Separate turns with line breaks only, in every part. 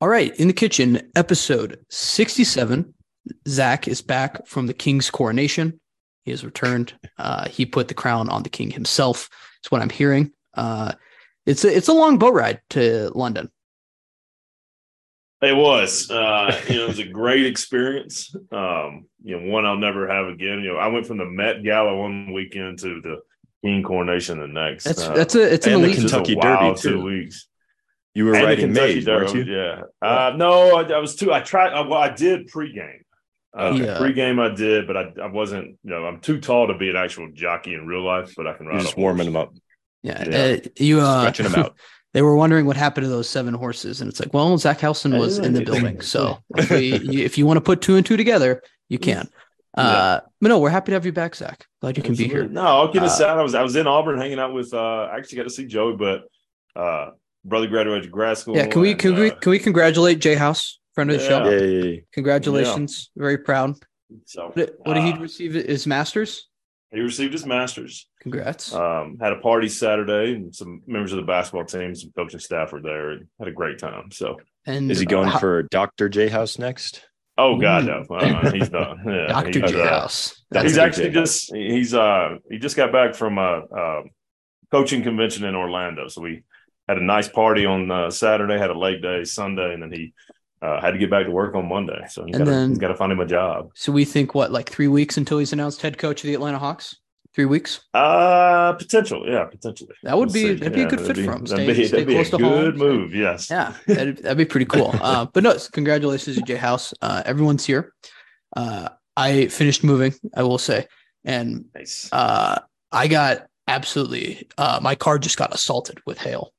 All right, in the kitchen, episode 67. Zach is back from the king's coronation. He has returned. Uh, he put the crown on the king himself. It's what I'm hearing. Uh, it's a it's a long boat ride to London.
It was, uh, you know, it was a great experience. Um, you know, one I'll never have again. You know, I went from the Met Gala one weekend to the King coronation the next.
That's
Uh,
that's a it's an
and the
elite.
Kentucky
Kentucky
Derby
Derby,
two
too.
weeks.
You were
And the
writing
Kentucky
Maze,
Derby,
weren't you?
Yeah. Uh, no, I, I was too. I tried. I, well, I did pregame. Uh,
Okay. Yeah.
Pregame, I did, but I, I wasn't. You know, I'm too tall to be an actual jockey in real life, but I can ride.
You're
a
just
horse.
warming them up,
yeah,
yeah.
uh, you uh,
stretching them out.
they were wondering what happened to those seven horses, and it's like, well, Zach Housen was in the building, so if, we, you, if you want to put two and two together, you can. Uh, but no, we're happy to have you back, Zach. Glad you can be here.
Absolutely. No, I'll get us
Uh,
out. I was I was in Auburn hanging out with. uh I actually got to see Joey, but uh brother graduated grad school.
Yeah, can we
and,
can we
uh,
can we congratulate Jay House, friend of the show?
Yeah.
Yay!
Congratulations, very proud.
so,
What did, what did
uh,
he receive? His masters.
He received his master's.
Congrats.
Um, had a party Saturday, and some members of the basketball team, some coaching staff were there, and had a great time. So,
and
Is he going
uh,
for Doctor J House next?
oh god, no,
Mm.
Uh, he's done. Yeah,
Doctor
he's,
J
uh,
House?
That's
he's
Dr.
actually
J.
just he's uh he just got back from a, uh coaching convention in Orlando. So we had a nice party on uh, Saturday, had a late day Sunday, and then he uh, had to get back to work on Monday. So he's
And
got
then-
he's got to find him a job.
So we think what, like three weeks until he's announced head coach of the Atlanta Hawks. Three weeks.
Uh potential, yeah, potentially.
That would
We'll
be
see.
that'd be a
Yeah,
good
that'd
fit
be-
for him. Stay,
that'd be-
stay
that'd be a
close to home.
good move. Yes.
Yeah, that'd, that'd be pretty cool. Uh, but no, congratulations to Jay House. Uh, everyone's here. Uh, I finished moving. I will say, and
Nice.
uh, I got absolutely uh, my car just got assaulted with hail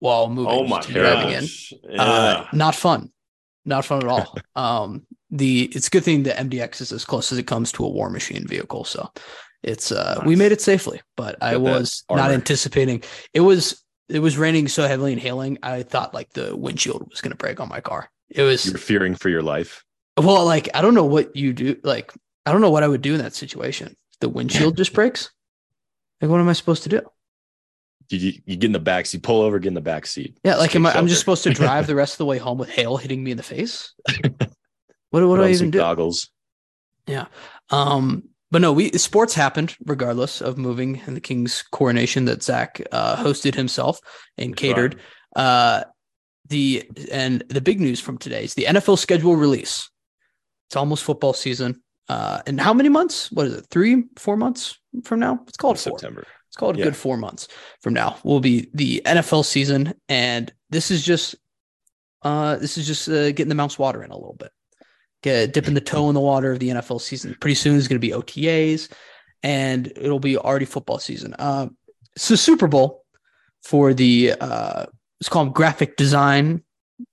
while moving.
oh my
just driving in.
gosh. Yeah.
Uh, not fun, not fun at all. um, the it's a good thing the MDX is as close as it comes to a war machine vehicle, so it's uh, we
Nice.
made it safely. But I
that
was not
armor.
anticipating it was it was raining so heavily and hailing. I thought like the windshield was going to break on my car. It was
You're fearing for your life.
well, like I don't know what you do. Like I don't know what I would do in that situation. The windshield just breaks. Like what am I supposed to do?
You, you, you get in the back seat, pull over, get in the back seat.
Yeah, like am I,
Take
I'm just
shelter.
supposed to drive the rest of the way home with hail hitting me in the face? What, what
Put
do I
on
even
some
do?
Goggles.
Um, but no, we sports happened regardless of moving and the king's coronation that Zach uh, hosted himself and
That's
catered. Uh, the and the big news from today is the NFL schedule release. It's almost football season. Uh, and how many months? What is it? Three, four months from now? It's
in
called four.
September.
It's called a
Yeah.
good four months from now. Will be the NFL season, and this is just, uh, this is just uh, getting the mouse water in a little bit, Get, dipping the toe in the water of the NFL season. Pretty soon is going to be OTAs, and it'll be already football season. Uh, it's the Super Bowl for the uh, it's called graphic design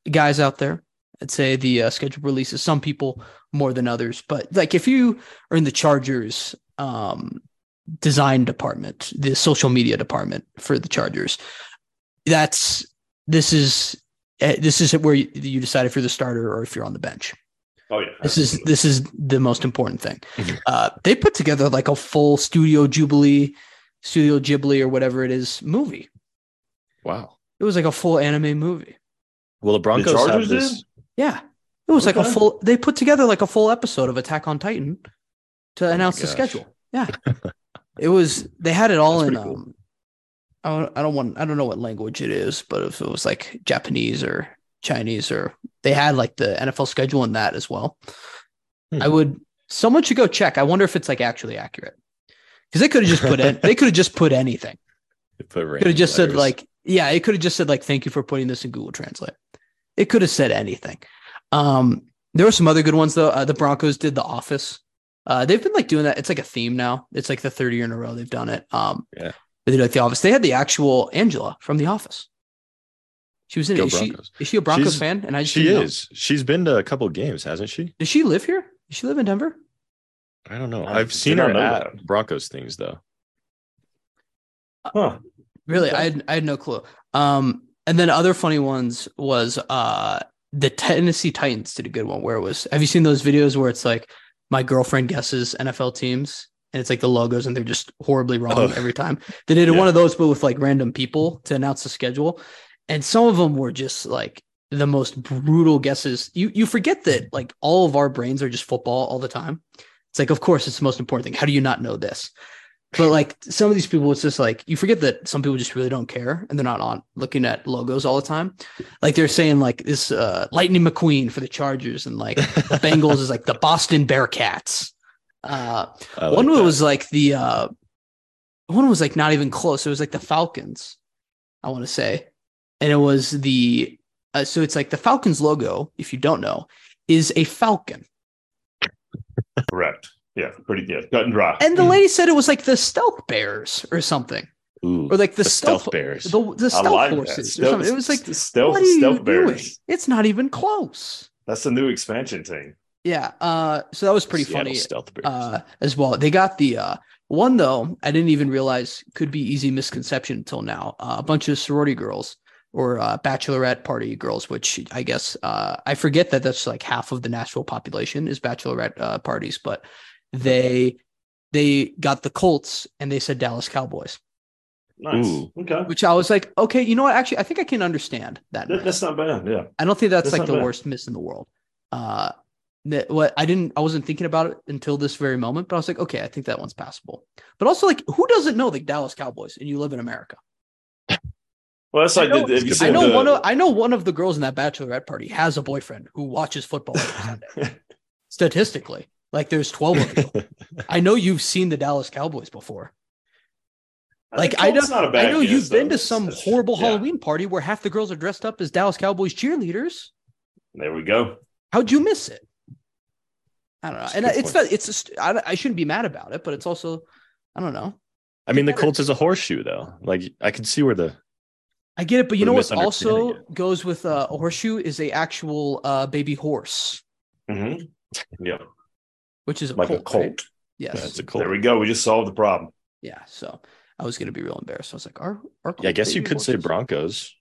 guys out there. I'd say the uh, scheduled releases some people more than others, but like if you are in the Chargers, um, design department, the social media department for the Chargers. That's this is eh, this is where you, you decide if you're the starter or if you're on the bench.
oh yeah.
This is this is the most important thing. Uh, they put together like a full Studio Jubilee, Studio Ghibli or whatever it is movie.
Wow.
It was like a full anime movie.
Well, the Broncos
Chargers
have this.
Yeah, it was like a
Okay.
full. They put together like a full episode of Attack on Titan to
Oh my
announce the
gosh.
schedule. Yeah, it was. They had it all
That's
in.
pretty cool.
Um, I don't, I don't want. I don't know what language it is, but if it was like Japanese or Chinese or they had like the NFL schedule in that as well.
Hmm.
I would. Someone should go check. I wonder if it's like actually accurate because they could have just put in. They could have just put anything.
They put
Could
random
have just said
letters.
like, yeah, it could have just said like, thank you for putting this in Google Translate. It could have said anything. Um, there were some other good ones though. Uh, the Broncos did The Office. Uh, they've been like doing that. It's like a theme now. It's like the third year in a row they've done it. Um,
Yeah.
They did like The Office. They had the actual Angela from The Office. She was in
Go
it. Is she,
Broncos.
is she a Broncos
She's-
fan? And I just
she
didn't know.
is. She's been to a couple games, hasn't she?
Does she live here? Does she live in Denver?
I don't know.
I
I've
did
seen
not
her
know
at
that.
Broncos things though.
Huh.
Really,
Okay.
I had I had no clue. Um, and then other funny ones was uh the Tennessee Titans did a good one where it was. Have you seen those videos where it's like my girlfriend guesses NFL teams and it's like the logos and they're just horribly wrong
Oh.
every time. They did
Yeah.
one of those but with like random people to announce the schedule, and some of them were just like the most brutal guesses. You you forget that like all of our brains are just football all the time. It's like, of course, it's the most important thing. How do you not know this? But like some of these people, it's just like you forget that some people just really don't care and they're not on looking at logos all the time. Like they're saying like this uh, Lightning McQueen for the Chargers and like the Bengals is like the Boston Bearcats. Uh,
I
one
like that.
was like the uh, one was like not even close. It was like the Falcons, I want to say, and it was the uh, so it's like the Falcons logo. If you don't know, is a falcon.
Correct. Yeah, pretty yeah, cut and dry.
And the lady said it was like the stealth bears or something,
Ooh,
or like the,
the
stealth,
stealth bears.
the, the
I
stealth
like that.
horses. Or
Stealth,
something. It was like
the stealth,
what are you
stealth
doing?
bears.
It's not even close.
That's the new expansion team.
Yeah. Uh, so that was pretty
Seattle
funny.
Stealth Bears.
uh, as well. They got the uh, one though. I didn't even realize could be easy misconception until now. Uh, a bunch of sorority girls or uh, bachelorette party girls, which I guess uh, I forget that that's like half of the Nashville population is bachelorette uh, parties, but they they got the Colts and they said Dallas Cowboys,
Nice.
Ooh.
Okay.
which I was like, okay, you know what? Actually, I think I can understand that.
That, that's not bad. Yeah.
I don't think that's,
That's
like
not
the
bad.
worst miss in the world. Uh, that what I didn't, I wasn't thinking about it until this very moment, but I was like, okay, I think that one's passable. But also, like, who doesn't know the Dallas Cowboys and you live in America?
Well, that's
I
like
know-
the, if you
I
I
said
know
the-
one of I know one of the girls in that bachelorette party has a boyfriend who watches football every Sunday. Statistically, like there's 12 of you. I know you've seen the Dallas Cowboys before. Like I know,
Colts not a bad
I know
guess,
you've been
though.
to some
That's-
horrible
yeah.
Halloween party where half the girls are dressed up as Dallas Cowboys cheerleaders.
There we go.
How'd you miss it? I don't know.
That's a
And
good
it's
point.
not, it's just, I, I shouldn't be mad about it, but it's also, I don't know.
I mean, the Colts is a horseshoe though. Like I could see where the
I get it, but you
We're
know what
misunderstanding
also goes with uh, a horseshoe is a actual uh, baby horse,
hmm Yeah,
which is a
like
colt,
a colt.
right? Yes.
that's a Colt.
There we go. We just solved the problem.
yeah. So I was going to be real embarrassed. I was like, are, are
Yeah, I
Colts
guess you
baby
could say
horses?
Broncos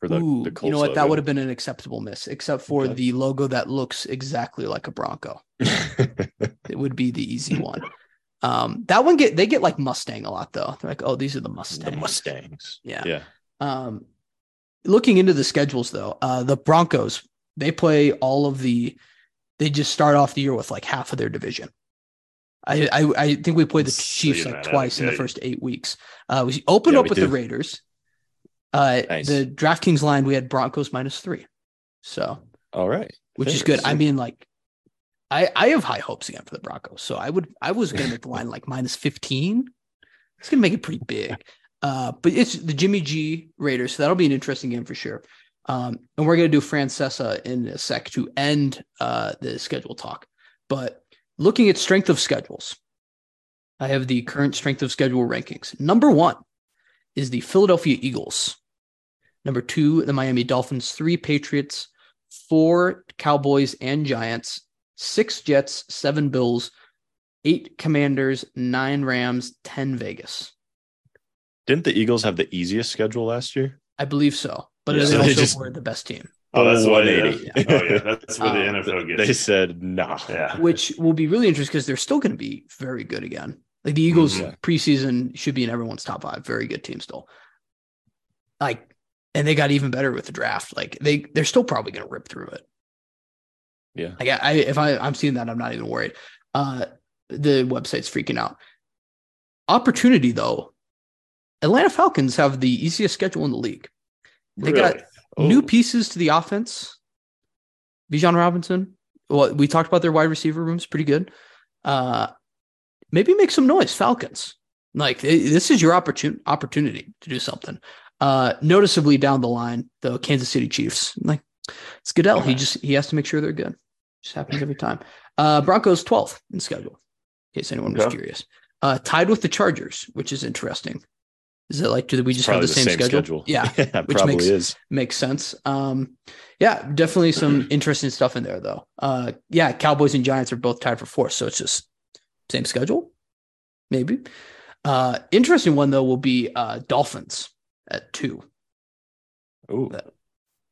for the,
Ooh,
the Colts.
you know what? That
logo.
would have been an acceptable miss, except for
Okay.
the logo that looks exactly like a Bronco. It would be the easy one. Um, that one get they get like Mustang a lot though. They're like, oh, these are the Mustangs.
the Mustangs.
Yeah.
Yeah.
Um, looking into the schedules, though, uh, the Broncos they play all of the. They just start off the year with like half of their division. I I, I think we played the
So
Chiefs
you're
like
not out of
twice in the
date.
first eight weeks. Uh, we opened
Yeah,
up
we
with
do.
the Raiders. Uh,
Nice.
the DraftKings line we had Broncos minus three, so
All right.
which is
Fair.
good. I mean, like, I I have high hopes again for the Broncos. So I would I was gonna make the line like minus fifteen. It's gonna make it pretty big. Uh, but it's the Jimmy G Raiders, so that'll be an interesting game for sure. Um, and we're gonna do Francesa in a sec to end uh the schedule talk. But looking at strength of schedules, I have the current strength of schedule rankings. Number one is the Philadelphia Eagles. Number two, the Miami Dolphins. Three, Patriots. Four, Cowboys and Giants. Six, Jets. Seven, Bills. Eight, Commanders. Nine, Rams. Ten, Vegas.
Didn't the Eagles have the easiest schedule last year?
I believe so. But
Yeah,
they
so they
also
just-
were the best team,
Oh, that's
Full
what they-
180.
Oh yeah, that's what the
Um,
NFL gets.
they said nah.
yeah.
which will be really interesting because they're still going to be very good again. Like the Eagles
Mm-hmm.
Mhm.
preseason should be in everyone's top five. Very good team still. Like, and they got even better with the draft. Like they they're still probably going to rip through it.
Yeah.
Like I, I if I I'm seeing that, I'm not even worried. Uh the website's freaking out. Opportunity though, Atlanta Falcons have the easiest schedule in the league. They got
Really?
new
Oh,
pieces to the offense. Bijan Robinson. Well, we talked about their wide receiver rooms, pretty good. Uh, maybe make some noise, Falcons. Like eh, this is your opportun- opportunity to do something. Uh, noticeably down the line, the Kansas City Chiefs. Like it's Goodell. He just he has to make sure they're good. Just happens every time. Uh, Broncos 12th in schedule. In case anyone was
Okay.
curious. Uh, tied with the Chargers, which is interesting. Is it like do we just have the,
probably
same, schedule? Yeah, which
probably
makes-
is.
makes sense. Um, yeah, definitely some interesting stuff in there though. Uh, yeah, Cowboys and Giants are both tied for fourth, so it's just same schedule, maybe. Uh, interesting one though will be uh, Dolphins at two.
Ooh,
That'll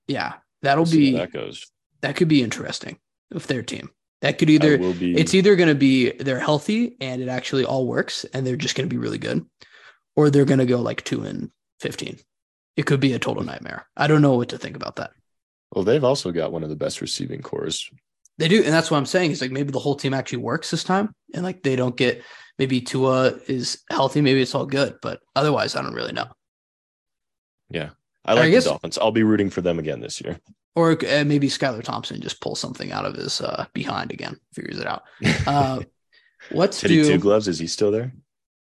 Yeah, that'll
see
be
how that goes.
that could be interesting with their team. That could
Either
either
will be.
it's either going to be they're healthy and it actually all works and they're just going to be really good, or they're
Hmm.
going to go like two and fifteen. It could be a total nightmare. I don't know what to think about that.
Well, they've also got one of the best receiving cores.
They do, and that's what I'm saying. Is like maybe the whole team actually works this time, and like they don't get maybe Tua is healthy, maybe it's all good, but otherwise, I don't really know.
I
I
like
guess-
the Dolphins. I'll be rooting for them again this year.
Or uh, maybe Skylar Thompson just pulls something out of his uh, behind again, figures it out. Uh, let's
Teddy
do.
Two Gloves, is he still there?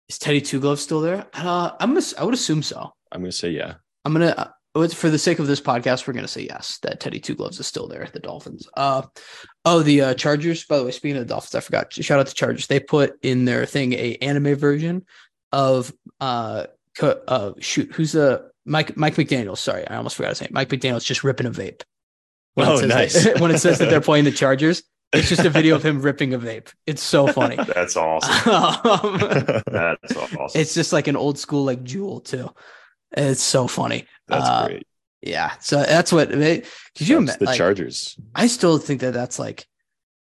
Is Teddy Two Gloves still there? Uh, I'm gonna. s- I would assume so.
I'm going to say yeah.
I'm gonna. uh, let's- For the sake of this podcast, we're gonna say yes that Teddy Two Gloves is still there at the Dolphins. Uh, oh, the uh, Chargers. By the way, speaking of the Dolphins, I forgot. Shout out to Chargers. They put in their thing a anime version of uh, co- uh shoot, who's the Mike Mike McDaniel? Sorry, I almost forgot his name. Mike McDaniel's just ripping a vape. When it
Oh,
says
nice.
that- when it says that they're playing the Chargers, it's just a video of him ripping a vape. It's so funny.
That's awesome.
Um,
That's awesome.
it's just like an old school like jewel too. It's so funny.
That's
Uh,
great.
Yeah. So that's what. Could you?
That's
That's
the Chargers.
I still think that that's like.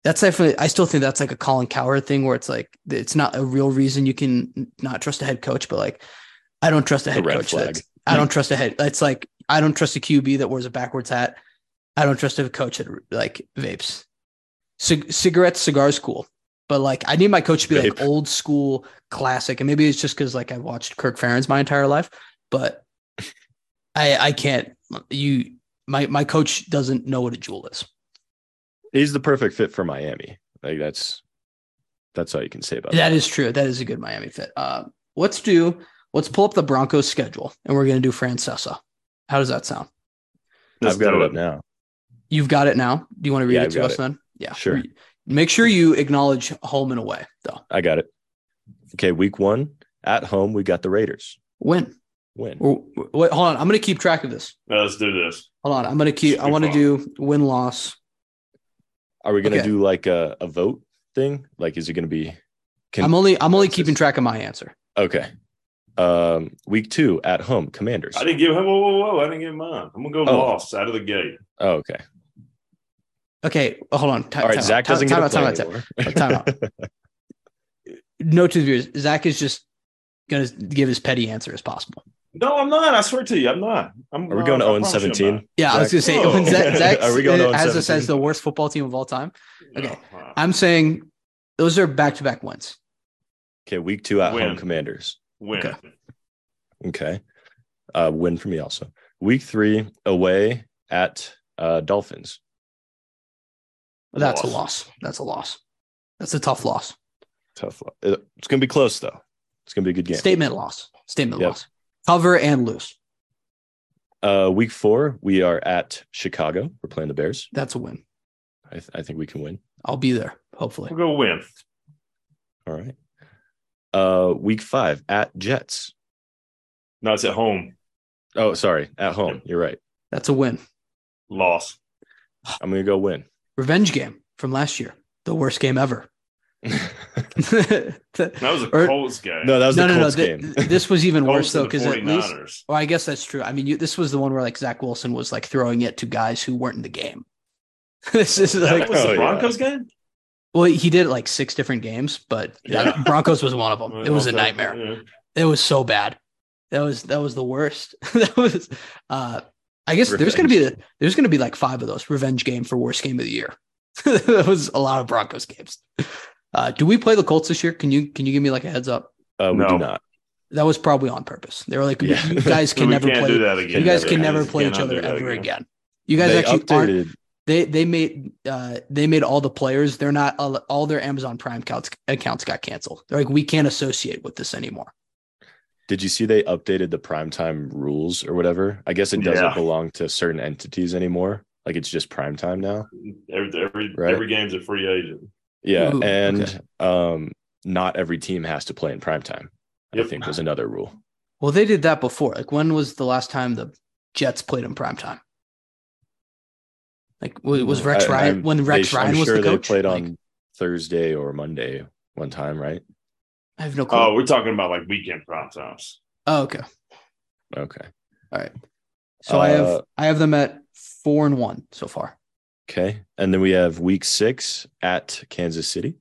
That's definitely. I still think that's like a Colin Cowherd thing, where it's like it's not a real reason you can not trust a head coach, but like I don't trust a
The
head
red
coach.
flag. Hmm.
that's- I don't trust a head. It's like I don't trust a QB that wears a backwards hat. I don't trust a coach that like vapes. Cig- cigarettes, cigars, cool, but like I need my coach to be like
Vape.
old school, classic. And maybe it's just because like I watched Kirk Ferentz my entire life, but I I can't. You my my coach doesn't know what a jewel is.
He's the perfect fit for Miami. Like that's that's all you can say about
That is true. That is a good Miami fit. Uh, let's do. Let's pull up the Broncos schedule, and we're gonna do Francesa. How does that sound?
I've got it
do
up now.
You've got it now. Do you want to read
Yeah,
it
I've
to
got
us
it.
then? Yeah,
Sure.
Re- Make sure you acknowledge home and away though.
I got it. Okay, week one at home, we got the Raiders.
When?
Win.
Or, wait, hold on. I'm gonna keep track of this.
Let's do this.
Hold on. I'm gonna keep. I want to do win loss.
Are we going to
okay.
do like a, a vote thing? Like, is it going to be? Can,
I'm only. I'm only
This is-
keeping track of my answer.
okay. Um, week two at home, Commanders.
I didn't give him. Whoa, whoa, whoa! I didn't give mine. I'm gonna go
Oh.
lost out of the gate.
Oh, okay.
Okay. Hold on. Ti-
All right.
time out.
Zach
Time-
doesn't
time
get a
out, time
play
out, time-
anymore.
Time out. No to the viewers. Zach is just gonna give as petty answer as possible.
No, I'm not. I swear to you, I'm not. I'm.
Are we going to
I
0 and
oh
promise you I'm
17?
Yeah, I was
Zach- Oh.
gonna say
Whoa.
when Zach, Zach's,
Are we going
uh,
0 and
has us
17?
as the worst football team of all time.
not.
Okay.
No, uh,
I'm saying those are back to back wins.
Okay. Week two at
Win.
home, Commanders.
win.
okay.
Okay. Uh, win for me also. Week three away at uh, Dolphins.
That's a
Loss.
loss. That's a loss. That's a tough loss.
Tough. lo- it- It's going to be close though. It's going to be a good game.
Statement loss. Statement
Yep.
loss. Cover and lose.
Uh, week four, we are at Chicago. We're playing the Bears.
That's a win.
I, th- I think we can win.
I'll be there. Hopefully.
We'll go win.
All right. Uh, week five at Jets.
No, it's at home.
Oh, sorry, at home. You're right.
That's a win.
Loss.
I'm gonna go win.
Revenge game from last year. The worst game ever.
no,
no,
That was a
Or-
Colts game.
that was
no,
the
no.
Colts
Th-
game.
this was even
Colts
worse though,
and the
because at least
49ers.
well, I guess that's true. I mean, you, this was the one where like Zach Wilson was like throwing it to guys who weren't in the game. this is
that
like
was the
Oh, yeah.
Broncos game.
Well, he did it like six different games, but
Yeah.
Broncos was one of them. It was a
Okay.
nightmare.
Yeah.
It was so bad. That was that was the worst. that was. Uh, I guess there's gonna be a, there's gonna be like five of those revenge game for worst game of the year. that was a lot of Broncos games. Uh, do we play the Colts this year? Can you can you give me like a heads up?
Uh, we
No.
do not.
That was probably on purpose. They were like,
Yeah.
you guys can
we
never
can't
play.
do that again.
You guys
Yeah,
can
we
never
just
play each
cannot
other
do that
ever again. You guys
They
actually aren't
updated.
they they made uh they made all the players they're not all, all their amazon prime accounts accounts got canceled they're like we can't associate with this anymore
Did you see they updated the primetime rules or whatever? I guess it doesn't
Yeah.
belong to certain entities anymore. Like it's just primetime now.
Every every,
Right.
every game's a free agent.
Yeah,
Ooh,
and
okay.
um, not every team has to play in primetime. I
Yep.
think was another rule.
well they did that before like when was the last time the jets played in prime time like was, was rex
Mm, I-
ryan
I'm-
when rex
they-
ryan
I'm
was
sure
the coach
They played on
Like,
Thursday or Monday one time, right?
i have no clue
Oh,
oh,
we're talking about like weekend prime times.
okay
Okay.
so i have
Uh,
i have them at four and one so far
Okay. And then we have week six at Kansas City.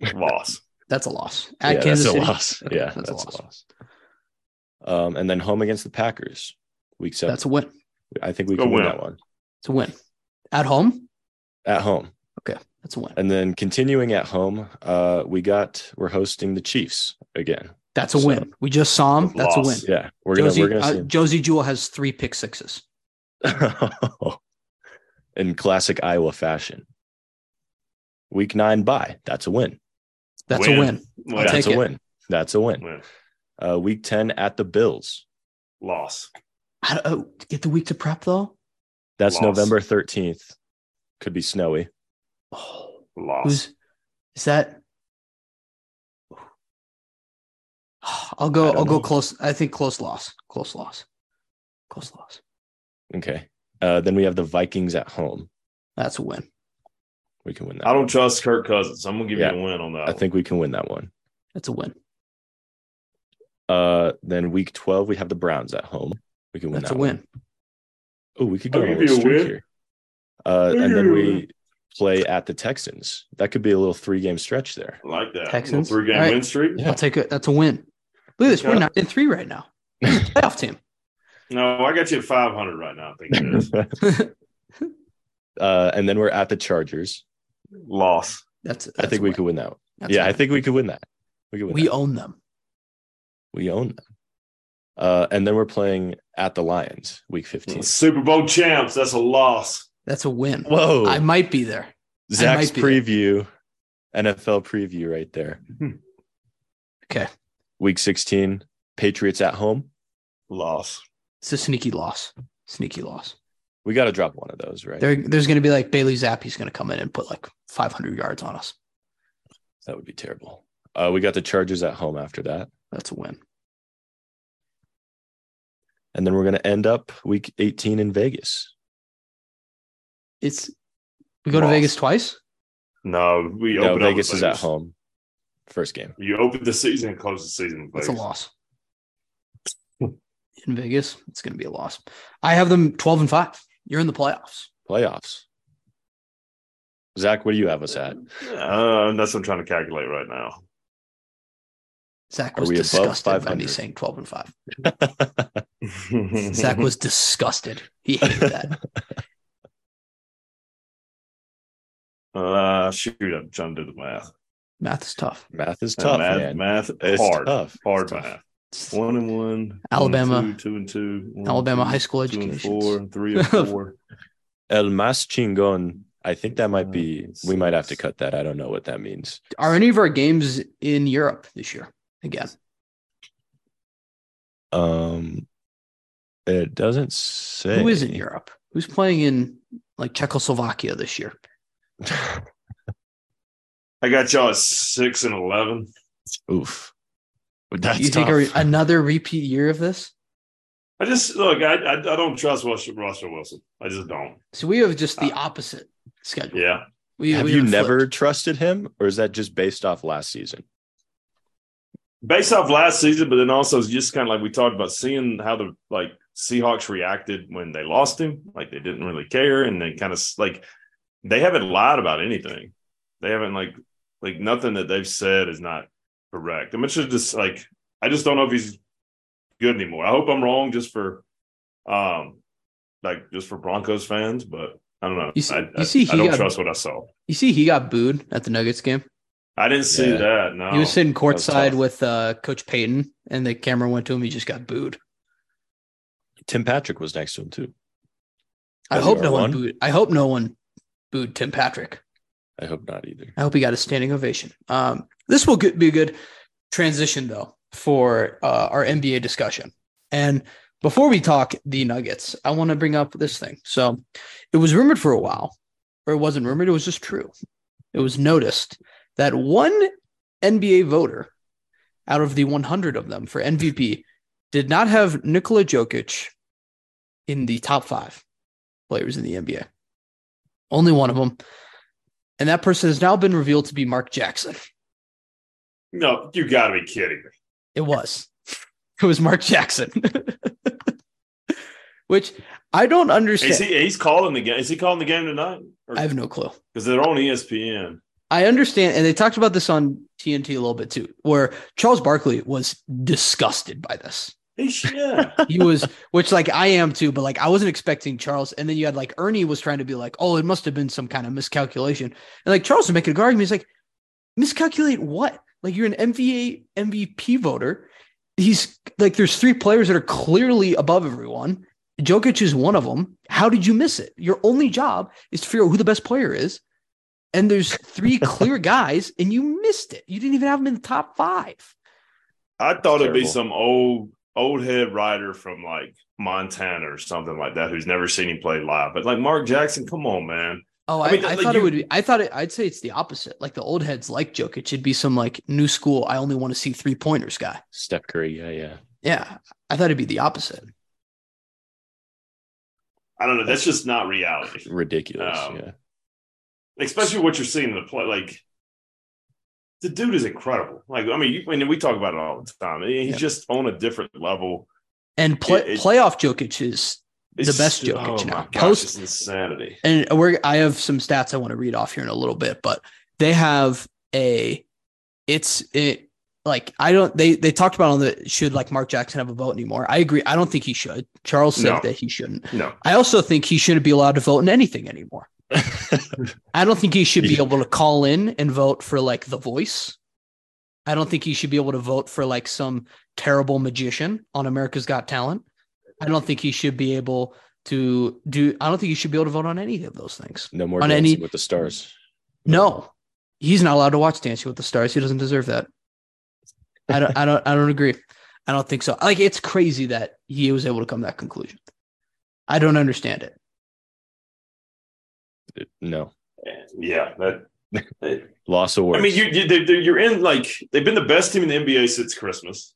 Loss.
that's a loss
Yeah,
at kansas
that's
city
a loss.
Okay,
Yeah,
that's a loss.
Um, and then home against the Packers, week seven.
that's a win
I think we
Go
can win
win.
that one
It's a win. At home,
at home.
that's a win.
And then continuing at home, uh, we got we're hosting the Chiefs again.
That's a win. We just saw him. That's a win.
Loss.
Yeah, we're gonna
Josie,
we're gonna
uh,
see. 'em.
Josie Jewell has three pick sixes.
in classic Iowa fashion. Week nine bye. That's a win.
That's
Win.
a win.
Win.
That's
take
a
it.
win. That's a win.
Win.
Uh, week ten at the Bills.
Loss.
I don't, oh, get the week to prep though.
That's
Loss.
November thirteenth. Could be snowy.
Oh,
Loss.
who's is that? I'll go.
I don't
I'll
know.
go close. I think close loss. Close loss. Close loss.
Okay. Uh, then we have the Vikings at home.
That's a win.
We can win that.
I don't trust Kirk Cousins. I'm gonna give
Yeah.
you a win on that.
I think we can win that one.
That's a win.
Uh, then week twelve we have the Browns at home. We can win
That's
that
a
one.
win.
Oh, we could go
I'll
on a
give
little
you a
streak
win.
here. Uh,
I'll
and
give
then
you a
we
win.
play at the Texans. That could be a little three-game stretch there.
I like that.
Texans?
Three game
All right.
win streak.
Yeah.
I'll take it. That's a win. Look at this. We're
Okay.
not in three right now. Playoff team.
No, I got you at 500 right now. I think it is.
uh, and then we're at the Chargers.
Loss.
That's. that's
I think
a
we
win.
could win that. One.
That's a
Yeah, I
win.
think we could win that. We could win.
we
that.
own them.
we own them. Uh, and then we're playing at the Lions, Week 15.
Super Bowl champs. That's a loss.
That's a win.
Whoa,
I might be there.
Zach's
might be there.
preview, NFL preview right there.
Hmm.
Okay.
Week 16, Patriots at home.
Loss.
It's a sneaky loss. Sneaky loss.
We got to drop one of those, right?
There, there's going to be like Bailey Zappi's going to come in and put like 500 yards on us.
That would be terrible. Uh, we got the Chargers at home after that.
That's a win.
And then we're going to end up week 18 in Vegas.
It's we go to
Loss.
Vegas twice.
No, we
No,
open up
Vegas
with
is at
Vegas.
home. First game.
You open the season and close the season. with
That's a
Vegas.
loss. In Vegas, it's going to be a loss. I have them 12 and five. You're in the playoffs.
Playoffs. Zach, what do you have us at?
Uh, that's what I'm trying to calculate right now.
Zach
Are
was
we above
disgusted by me
500?
saying 12 and five. Zach was disgusted. He hated that.
Uh, shoot, I'm trying to do the math.
Math is tough.
Math is tough,
Uh, math,
man.
math,
It's
hard,
tough.
hard
It's tough.
math. One and one, one,
Alabama-
two, two and two, one,
Alabama
two,
high school
two and
education.
four, and three and four.
El Mas Chingon. I think that might be,
Five,
we might have to
six.
cut that. I don't know what that means.
Are any of our games in Europe this year? Again,
Um, it doesn't say.
who is in Europe? Who's playing in like Czechoslovakia this year?
I got y'all at six and eleven.
Oof. That's
you think
tough.
a- another repeat year of this?
I just look. I I, I don't trust Russell, Russell Wilson. I just don't.
So we have just the opposite schedule.
Yeah,
We,
Uh, have
we
you
are
never
flipped.
trusted him, or is that just based off last season?
based off last season, but then also it's just kind of like we talked about seeing how the like Seahawks reacted when they lost him. Like they didn't really care, and then kind of like they haven't lied about anything. They haven't like like nothing that they've said is not correct. I'm just just like I just don't know if he's good anymore. I hope I'm wrong, just for um like just for Broncos fans, but. I don't know.
You see-
I,
you
I-
see
I
he
don't
got-
trust what I saw.
You see, he got booed at the Nuggets game.
I didn't see
Yeah.
that. No,
he was sitting
Oh, was
courtside
tough.
with uh, Coach Payton, and the camera went to him. He just got booed.
Tim Patrick was next to him too.
I
Has he
hope
ever
no one
won?
booed. I hope no one booed Tim Patrick.
I hope not either.
I hope he got a standing ovation. Um, this will good, be a good transition though for uh, our NBA discussion. And before we talk the Nuggets, I want to bring up this thing. So it was rumored for a while, or it wasn't rumored. It was just true. It was noticed that one NBA voter out of the 100 of them for MVP did not have Nikola Jokic in the top five players in the NBA. Only one of them. And that person has now been revealed to be Mark Jackson.
No, you got to be kidding me.
It was. It was Mark Jackson. Which I don't understand.
Is he? He's calling the game. Is he calling the game tonight?
I have no clue.
Because they're on E ESPN.
I understand, and they talked about this on TNT a little bit too, where Charles Barkley was disgusted by this.
He's- yeah.
He was, which like I am too, but like I wasn't expecting Charles. And then you had like Ernie was trying to be like, oh, it must have been some kind of miscalculation. And like Charles was making a good argument. He's like, miscalculate what? Like you're an MVA MVP voter. He's like, there's three players that are clearly above everyone. Jokic is one of them. How did you miss it? Your only job is to figure out who the best player is. And there's three clear guys, and you missed it. You didn't even have him in the top five.
I thought it'd be
Terrible.
some old old head writer from like Montana or something like that who's never seen him play live. But like Mark Jackson, come on, man.
Oh,
I
I,
mean,
I
like,
thought
you-
it would be. I thought it. I'd say it's the opposite. Like the old heads like Jokic. It'd be some like new school. I only want to see three pointers guy.
Steph Curry, yeah, yeah.
Yeah, I thought it'd be the opposite.
I don't know. That's just not reality.
Ridiculous.
Um,
yeah.
especially what you're seeing in the play. Like the dude is incredible. Like I mean, you, I mean, we talk about it all the time. He's
Yeah.
just on a different level.
And play,
It- it-
playoff Jokic is,
It's
The best
just-
Jokic
oh my
now.
gosh,
Post-
it's insanity.
and we're. I have some stats I want to read off here in a little bit, but they have a. It's it like I don't. They they talked about on the should like Mark Jackson have a vote anymore. I agree. I don't think he should. Charles said
No.
that he shouldn't.
No,
I also think he shouldn't be allowed to vote in anything anymore. I don't think he should be
Yeah.
able to call in and vote for like the voice. I don't think he should be able to vote for like some terrible magician on America's Got Talent. I don't think he should be able to do I don't think he should be able to vote on any of those things.
No more
on
dancing
any-
with the stars.
No. He's not allowed to watch Dancing with the Stars. He doesn't deserve that. I don't I don't I don't agree. I don't think so. Like it's crazy that he was able to come to that conclusion. I don't understand it.
No.
yeah. That,
Loss of words.
I mean, you, you they, they- you're in like they've been the best team in the NBA since Christmas.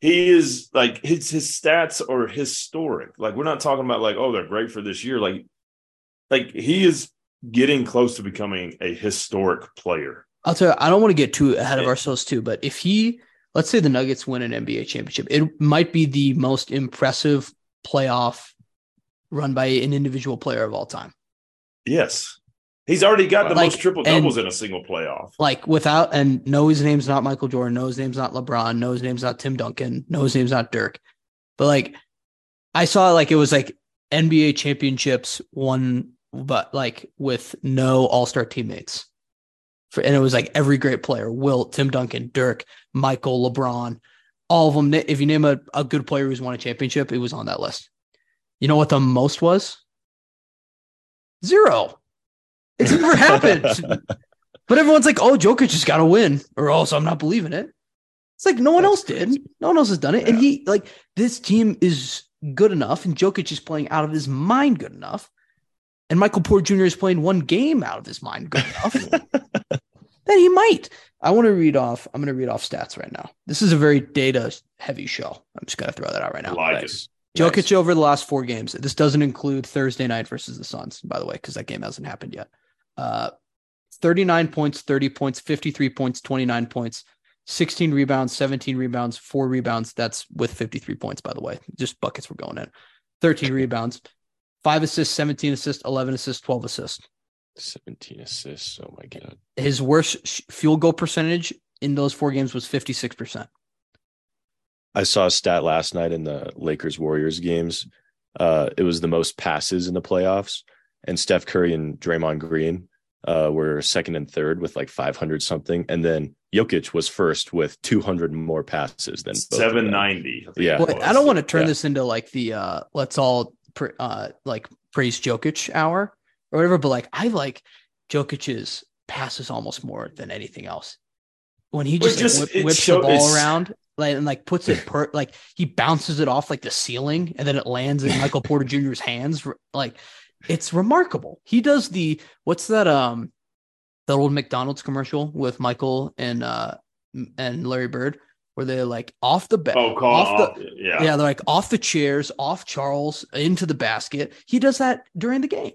He is like his his stats are historic. Like we're not talking about like oh they're great for this year. Like like he is getting close to becoming a historic player.
I'll tell you, I don't want to get too ahead of
Yeah.
ourselves too, but if he, let's say the Nuggets win an NBA championship, it might be the most impressive playoff run by an individual player of all time.
Yes. He's already got the
Like,
most triple doubles in a single playoff.
Like without, and no, his name's not Michael Jordan, no, his name's not LeBron, no, his name's not Tim Duncan, no, his name's not Dirk. But like, I saw like it was like NBA championships won, but like with no All Star teammates. For, and it was like every great player: Wilt, Tim Duncan, Dirk, Michael, LeBron, all of them. If you name a, a good player who's won a championship, it was on that list. You know what the most was? Zero. It's never happened. But everyone's like, "Oh, Jokic just got to win," or else I'm not believing it. It's like no one
That's
else did. No one else has done it, and
Yeah.
he like this team is good enough, and Jokic is playing out of his mind good enough, and Michael Porter Jr. is playing one game out of his mind good enough. then he might. I want to read off. I'm going to read off stats right now. This is a very data heavy show. I'm just going to throw that out right now.
Like it.
Nice.
Jokic
Nice.
over the last four games. This doesn't include Thursday night versus the Suns, by the way, because that game hasn't happened yet. Uh, 39 points, 30 points, 53 points, 29 points, 16 rebounds, 17 rebounds, four rebounds. That's with 53 points, by the way. Just buckets were going in. 13 rebounds, five assists, 17 assists, 11 assists, 12 assists.
17 assists. Oh my god.
His worst sh- field goal percentage in those four games was 56%.
I saw a stat last night in the Lakers Warriors games. Uh, it was the most passes in the playoffs, and Steph Curry and Draymond Green uh, were second and third with like 500 something, and then Jokic was first with 200 more passes than both of them.
790. think
Yeah.
it
Well,
was.
I don't want to turn
Yeah.
this into like the uh let's all pr- uh like praise Jokic hour or whatever, but like I like Jokic's passes almost more than anything else. When he
Well,
just, like,
just-
whip-
it
whips
show-
the ball
it's-
around like, and like puts it per like he bounces it off like the ceiling and then it lands in Michael Porter Jr.'s hands. Like it's remarkable. He does the what's that um that old McDonald's commercial with Michael and uh and Larry Bird where they're like off the bat
Oh, call
off the
off. yeah.
yeah, they're like off the chairs, off Charles, into the basket. He does that during the game.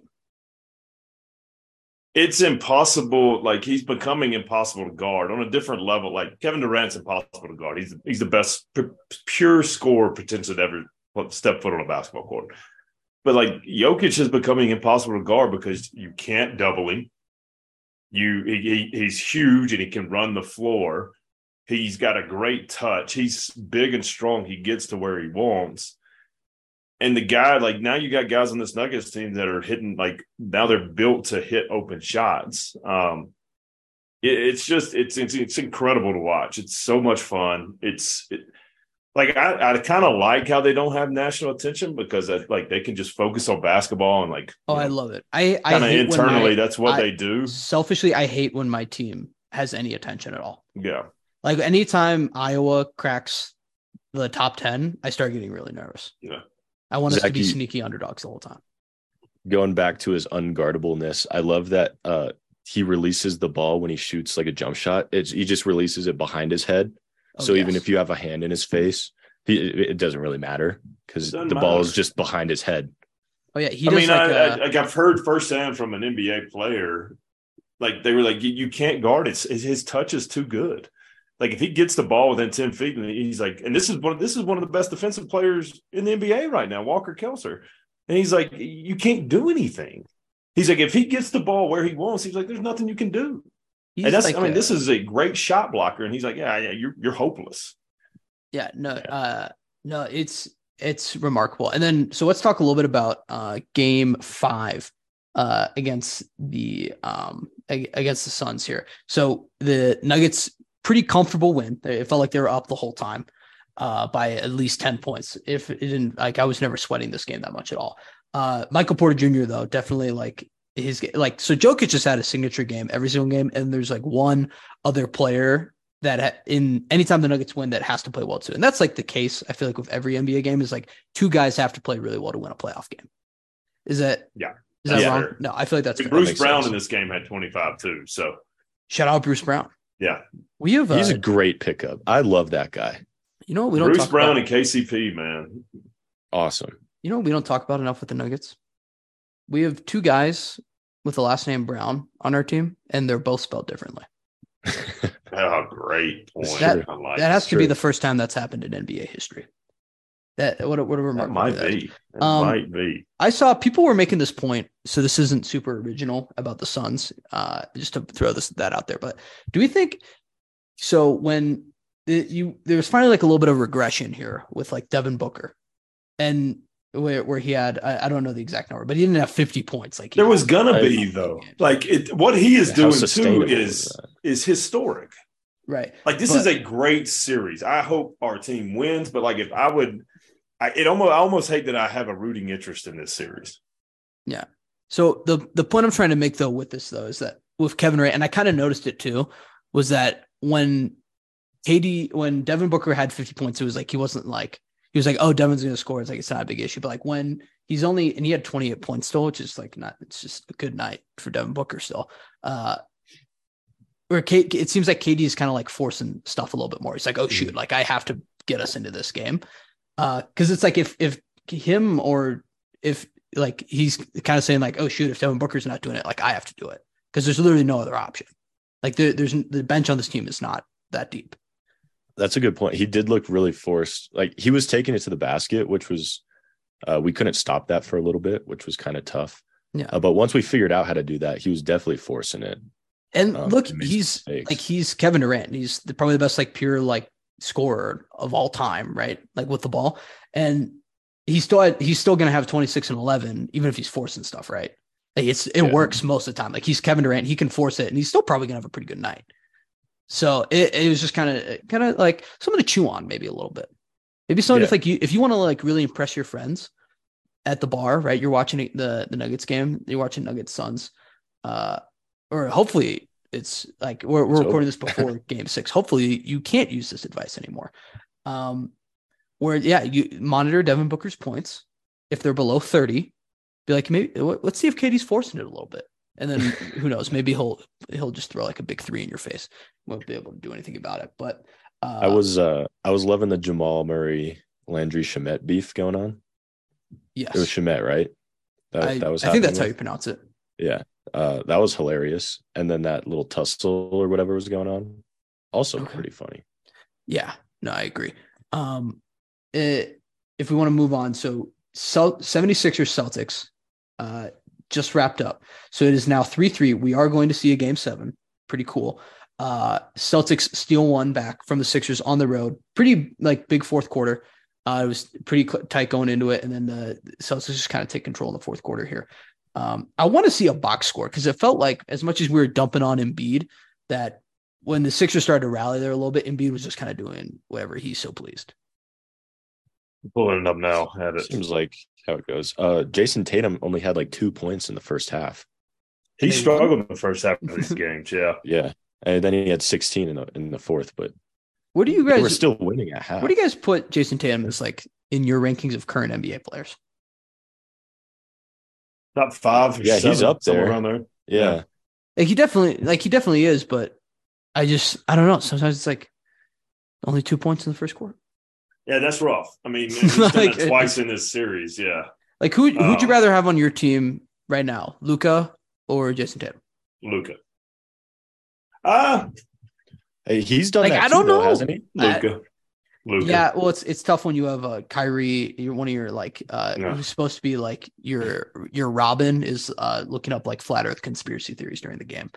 It's impossible. Like he's becoming impossible to guard on a different level. Like Kevin Durant's impossible to guard. He's he's the best p- pure scorer potential to ever put- step foot on a basketball court. But like Jokic is becoming impossible to guard because you can't double him. You he, he- he's huge and he can run the floor. He's got a great touch. He's big and strong. He gets to where he wants. And the guy, like now, you got guys on this Nuggets team that are hitting like now they're built to hit open shots. Um, it, it's just it's, it's it's incredible to watch. It's so much fun. It's it, like I, I kind of like how they don't have national attention because I, like they can just focus on basketball and like
Oh, I love it. I I
kind of
hate when my-
internally that's what
I-
they do.
selfishly I hate when my team has any attention at all.
Yeah,
Like anytime Iowa cracks the top ten, I start getting really nervous.
Yeah.
I want us to be
Zach, you-
sneaky underdogs the whole time.
going back to his unguardableness, I love that uh he releases the ball when he shoots like a jump shot. It's he just releases it behind his head.
Oh,
so even
yes.
if you have a hand in his face, he, it it doesn't really matter because
It
the
doesn't
ball
matter.
is just behind his head.
oh yeah, he
I
does
mean,
like
I,
a-
I, like I've heard firsthand from an NBA player, like they were like, you, you can't guard it. His, his touch is too good. Like if he gets the ball within ten feet, and he's like, and this is one, this is one of the best defensive players in the NBA right now, Walker Kelsler, and he's like, you can't do anything. He's like, if he gets the ball where he wants, he's like, there's nothing you can do.
he's
and that's,
like uh,
I mean,
a-
this is a great shot blocker, and he's like, yeah, yeah, you're you're hopeless.
Yeah, no, uh no, it's it's remarkable. And then so let's talk a little bit about uh game 5 uh against the um ag- against the Suns here. So the Nuggets pretty comfortable win. They- It felt like they were up the whole time uh by at least 10 points. If it didn't like I was never sweating this game that much at all. Uh Michael Porter Jr. though definitely like his like so Jokic just had a signature game every single game and there's like one other player that ha- in anytime the Nuggets win that has to play well too. And that's like the case I feel like with every NBA game is like two guys have to play really well to win a playoff game. Is that
Yeah.
Is that
Yeah.
wrong? No, I feel like that's fair.
Bruce
makes
Brown
sense.
in this game had 25 too. So
shout out Bruce Brown.
yeah,
We have
He's
uh,
a great pickup. I love that guy.
you know what we don't
Bruce
talk
Brown
about,
and KCP, man.
Awesome.
you know what we don't talk about enough with the Nuggets. We have two guys with the last name Brown on our team, and they're both spelled differently.
Oh, great point.
That-
I like
that has
it.
to be
true.
the first time that's happened in NBA history. That what a, what a
That
remarkable
might
that is.
be. That
Um,
might be.
I saw people were making this point, so this isn't super original about the Suns. Uh, just to throw this that out there, but do we think so? When it, you there was finally like a little bit of regression here with like Devin Booker, and where where he had I, I don't know the exact number, but he didn't have fifty points. Like he
There was gonna
I-
be though. Like it, what he is
How
doing too
sustainable
is
is that?
is historic.
right.
Like this
But-
is a great series. I hope our team wins, but like if I would, I it almost I almost hate that I have a rooting interest in this series.
So the the point I'm trying to make though with this though is that with Kevin Ray, and I kind of noticed it too, was that when KD when Devin Booker had 50 points, it was like he wasn't like he was like, oh, Devin's gonna score. It's like it's not a big issue. But like when he's only and he had 28 points still, which is like not it's just a good night for Devin Booker still. Uh where K, it seems like KD is kind of like forcing stuff a little bit more. He's like, oh shoot, like I have to get us into this game. Uh, because it's like if if him or if like he's kind of saying like, oh shoot, if Devin Booker's not doing it, like I have to do it because there's literally no other option. Like there, there's the bench on this team is not that deep.
That's a good point. He did look really forced. Like he was taking it to the basket, which was uh, we couldn't stop that for a little bit, which was kind of tough.
Yeah.
Uh, but once we figured out how to do that, he was definitely forcing it.
And
Um,
look,
it makes
he's
mistakes.
like he's Kevin Durant. He's the, probably the best like pure like scorer of all time, right? Like with the ball, and he's still at, he's still gonna have twenty six and eleven, even if he's forcing stuff, right? Like it's it
Yeah.
works most of the time. Like he's Kevin Durant, he can force it, and he's still probably gonna have a pretty good night. So it, it was just kind of kind of like something to chew on, maybe a little bit. Maybe something
Yeah.
if like you if you want to like really impress your friends at the bar, right? You're watching the the Nuggets game, you're watching Nuggets Suns, uh, or hopefully it's like we're, we're
It's
recording this before game six. Hopefully you can't use this advice anymore. Um, where yeah, you monitor Devin Booker's points. If they're below thirty, be like maybe let- let's see if Katie's forcing it a little bit, and then who knows? Maybe he'll he'll just throw like a big three in your face. Won't be able to do anything about it. But uh,
I was uh I was loving the Jamal Murray Landry Shamet beef going on.
yes.
It was Shamet, right? That,
I,
that was
I think that's how you
happening
pronounce it.
with- yeah. Uh, that was hilarious. And then that little tussle or whatever was going on, also
Okay.
pretty funny.
Yeah, no, I agree. Um, it, if we want to move on, so Celt- 76ers Celtics uh, just wrapped up. So it is now 3 3. We are going to see a game seven. Pretty cool. Uh, Celtics steal one back from the Sixers on the road. Pretty like big fourth quarter. Uh, it was pretty cl- tight going into it, and then the Celtics just kind of take control in the fourth quarter here. Um, I want to see a box score because it felt like as much as we were dumping on Embiid, that when the Sixers started to rally there a little bit, Embiid was just kind of doing whatever he's so pleased.
Pulling it up now. Had it.
Seems like how it goes. Uh, Jason Tatum only had like two points in the first half.
He struggled in the first half of these games. Yeah.
Yeah, and then he had 16 in the in the fourth. But
Where do you
we
guys?
were still winning at half.
where do you guys put Jason Tatum as like in your rankings of current NBA players?
Top five. Or
Yeah, he's
seven,
up
somewhere
there.
Around there.
yeah,
Like he definitely, like he definitely is, but I just, I don't know. Sometimes it's like only two points in the first quarter.
Yeah, that's rough. I mean, he's done
Like-
that twice in this series. Yeah,
Like who who'd you
Oh.
Um,
rather have on your team right now, Luca or Jason Tatum?
Luca. Ah,
Hey, he's done
Like,
that.
I
too,
don't
though,
know.
hasn't he?
Luca. Luca.
Yeah, well, it's it's tough when you have uh, Kyrie. You're one of your like uh,
Yeah.
who's supposed to be like your your Robin is uh, looking up like flat Earth conspiracy theories during the game.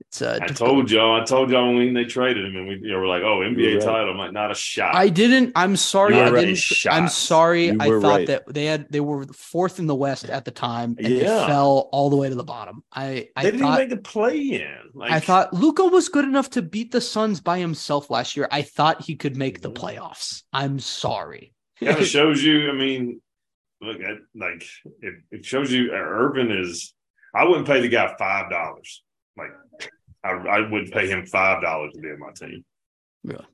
It's uh,
I
difficult.
told y'all. I told y'all when they traded him, and we you know, we're like, "Oh, NBA
right.
title." I'm like, "Not a shot."
I didn't. I'm sorry.
You
I
were right.
didn't.
Shots.
I'm sorry.
You
I
were
thought
right.
that they had they were fourth in the West at the time and they
Yeah.
fell all the way to the bottom. I
they
I
didn't
thought
even make the play in. Like,
I thought Luca was good enough to beat the Suns by himself last year. I thought he could make the
Mhm.
playoffs. I'm sorry.
kind of shows you. I mean, look at like it, it shows you. uh, Urban is. I wouldn't pay the guy five dollars. Like, I, I wouldn't pay him five dollars to be on my team.
Really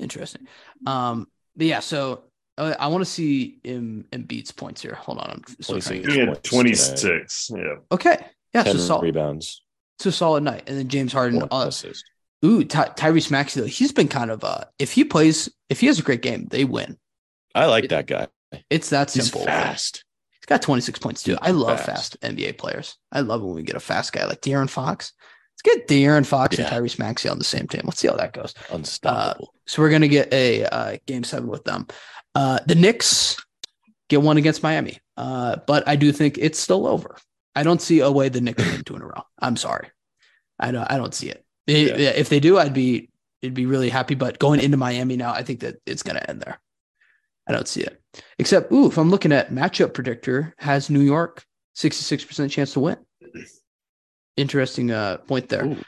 interesting. Um, but yeah, so uh, I want to see him and Beats points here. Hold on, I'm still trying.
Twenty-six.
To...
He had
points
twenty six. Yeah,
Okay, yeah, so
Ten
solid,
rebounds.
so solid night, and then James Harden.
one
Uh,
assist.
ooh, Ty- Tyrese Maxey though, he's been kind of uh, if he plays, if he has a great game, they win.
I like
it-
that guy.
It's that
He's
simple.
fast.
He's got 26 points too. I love
Fast.
fast. NBA players. I love when we get a fast guy like De'Aaron Fox. Let's get De'Aaron Fox
Yeah.
and Tyrese Maxey on the same team. Let's see how that goes.
Unstoppable.
So we're gonna get a uh, game seven with them. Uh, the Knicks get one against Miami, uh, but I do think it's still over. I don't see a way the Knicks win two in a row. I'm sorry, I don't. I don't see it. They-
Yeah.
yeah, If they do, I'd be it'd be really happy. But going into Miami now, I think that it's gonna end there. I don't see it. Except, ooh, if I'm looking at matchup predictor, has New York 66% chance to win. Interesting uh, point there.
Ooh,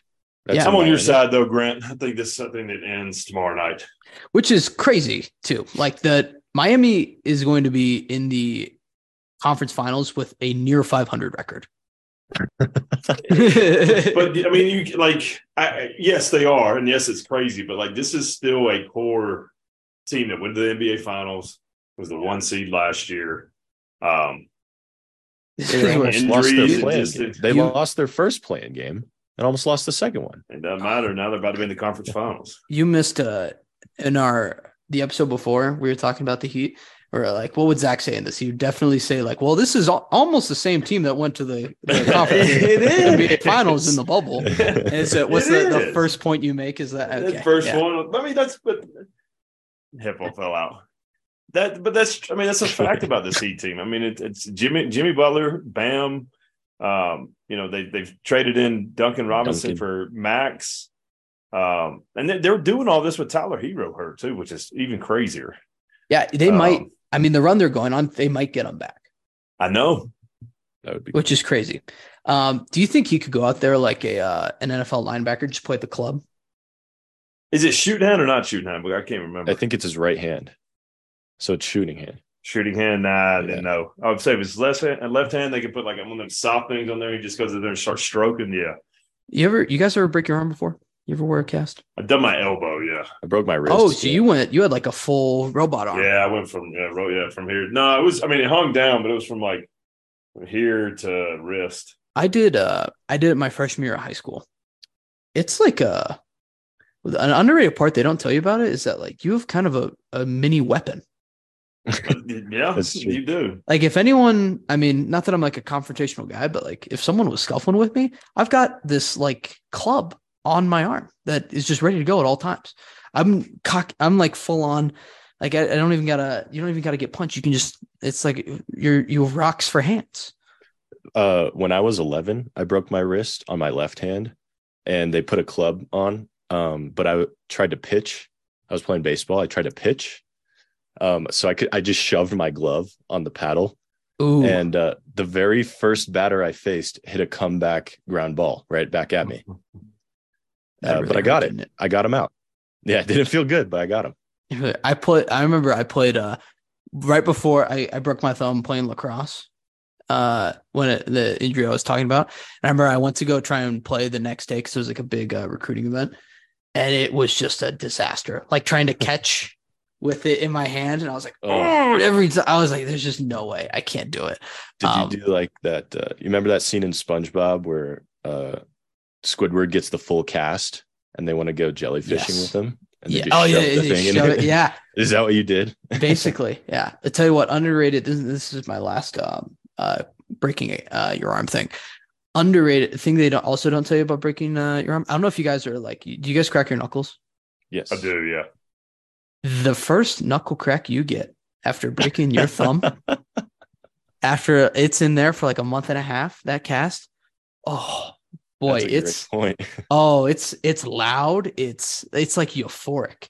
that's
Yeah.
I'm on your
Miami.
side though, Grant. I think this is something that ends tomorrow night.
which is crazy too. Like the Miami is going to be in the conference finals with a near 500 record.
but I mean, you like, I- I, yes, they are, and yes, it's crazy, but like, this is still a core team that went to the NBA Finals, was the one seed last year. Um,
This
They
is where-
Injuries
lost their
and
play-in
just-
game. They
you-
lost their first playing game and almost lost the second one.
it doesn't matter now; they're about to be in the conference finals.
you missed uh in our the episode before we were talking about the Heat. Or like, what would Zach say in this? He would definitely say like, well, this is al- almost the same team that went to the, the conference
It
NBA
is.
finals in the bubble. And it's uh, what's the,
It
the
is.
first point you make is that okay,
that first
yeah.
one, I mean, that's but hippo fell out. That, but that's I mean, that's a fact about this Heat team. I mean, it, it's Jimmy Jimmy Butler, Bam. Um, you know, they they've traded in Duncan Robinson
Duncan.
for Max. Um, and they, they're doing all this with Tyler Hero her too, which is even crazier.
Yeah, they
Um,
might. I mean, the run they're going on, they might get them back.
I know.
That would be
which is crazy. Um, do you think he could go out there like a uh, an NFL linebacker, just play at the club?
Is it shoot hand or not shooting hand? I can't remember.
I think it's his right hand. So it's shooting hand.
shooting hand. Nah,
Yeah.
then no. I would say if it's left hand and left hand, they could put like one of them soft things on there. He just goes in there and starts stroking. Yeah,
You ever, you guys ever break your arm before? You ever wear a cast?
I've done my elbow. Yeah.
I broke my wrist.
oh, so you went, you had like a full robot arm.
Yeah, I went from yeah, ro- yeah from here. No, it was. I mean, it hung down, but it was from like from here to wrist.
I did. Uh, I did it my freshman year of high school. It's like a an underrated part they don't tell you about it is that like you have kind of a, a mini weapon.
But, yeah,
That's true.
you do.
Like if anyone, I mean, not that I'm like a confrontational guy, but like if someone was scuffling with me, I've got this like club on my arm that is just ready to go at all times. I'm cock. I'm like full on. Like I, I don't even gotta. You don't even gotta get punched. You can just. It's like you're you have rocks for hands.
uh when I was 11, I broke my wrist on my left hand and they put a club on. Um, but I w- tried to pitch. I was playing baseball. I tried to pitch. Um, so I could I just shoved my glove on the paddle,
Ooh,
and uh, the very first batter I faced hit a comeback ground ball right back at me.
that
uh, but
really
I got
hurt, didn't
I got him out. Yeah, it didn't feel good, but I got him.
it? I put. I remember I played uh, right before I, I broke my thumb playing lacrosse. Uh, when it, the injury I was talking about, and I remember I went to go try and play the next day because it was like a big uh, recruiting event, and it was just a disaster. Like trying to catch with it in my hand, and I was like,
Oh.
oh, every time I was like, there's just no way I can't do it.
Did
Um,
you do like that? Uh, you remember that scene in SpongeBob where uh, Squidward gets the full cast and they want to go jellyfishing
Yes.
with them? And
Yeah.
They
Oh
just
yeah.
shove the
yeah,
thing in
shove
it?
it. Yeah.
Is that what you did?
basically yeah i tell you what underrated this, this is my last um uh breaking uh your arm thing underrated thing they don't also don't tell you about breaking uh your arm i don't know if you guys are like do you guys crack your knuckles
Yes,
I do, yeah.
the first knuckle crack you get after breaking your thumb after it's in there for like a month and a half that cast oh boy
That's a great
it's
point.
oh it's it's loud it's it's like euphoric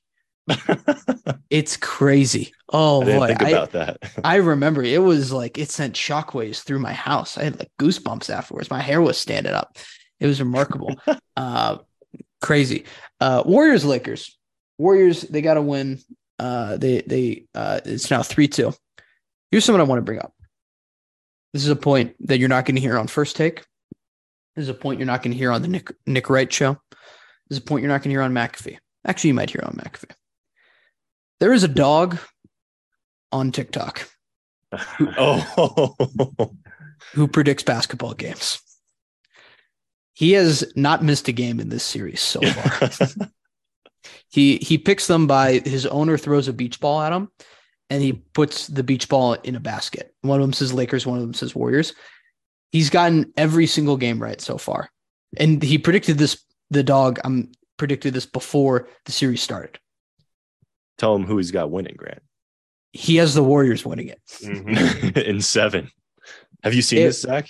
it's crazy oh
I didn't
boy
think
I-
about that.
I remember it was like it sent shockwaves through my house. I had like goosebumps afterwards. My hair was standing up. It was remarkable. uh crazy. Uh Warriors Lakers. Warriors, they gotta win. Uh they they uh it's now three two. Here's something I want to bring up. This is a point that you're not gonna hear on first take. This is a point you're not gonna hear on the Nick Nick Wright show. This is a point you're not gonna hear on McAfee. Actually, you might hear on McAfee. There is a dog on TikTok
oh,
who predicts basketball games. He has not missed a game in this series so far. he he picks them by his owner throws a beach ball at him, and he puts the beach ball in a basket. One of them says Lakers, one of them says Warriors. He's gotten every single game right so far, and he predicted this. The dog um, predicted this before the series started.
tell him who he's got winning, Grant.
He has the Warriors winning it.
Mhm.
in seven. Have you seen
It-
this, Zach?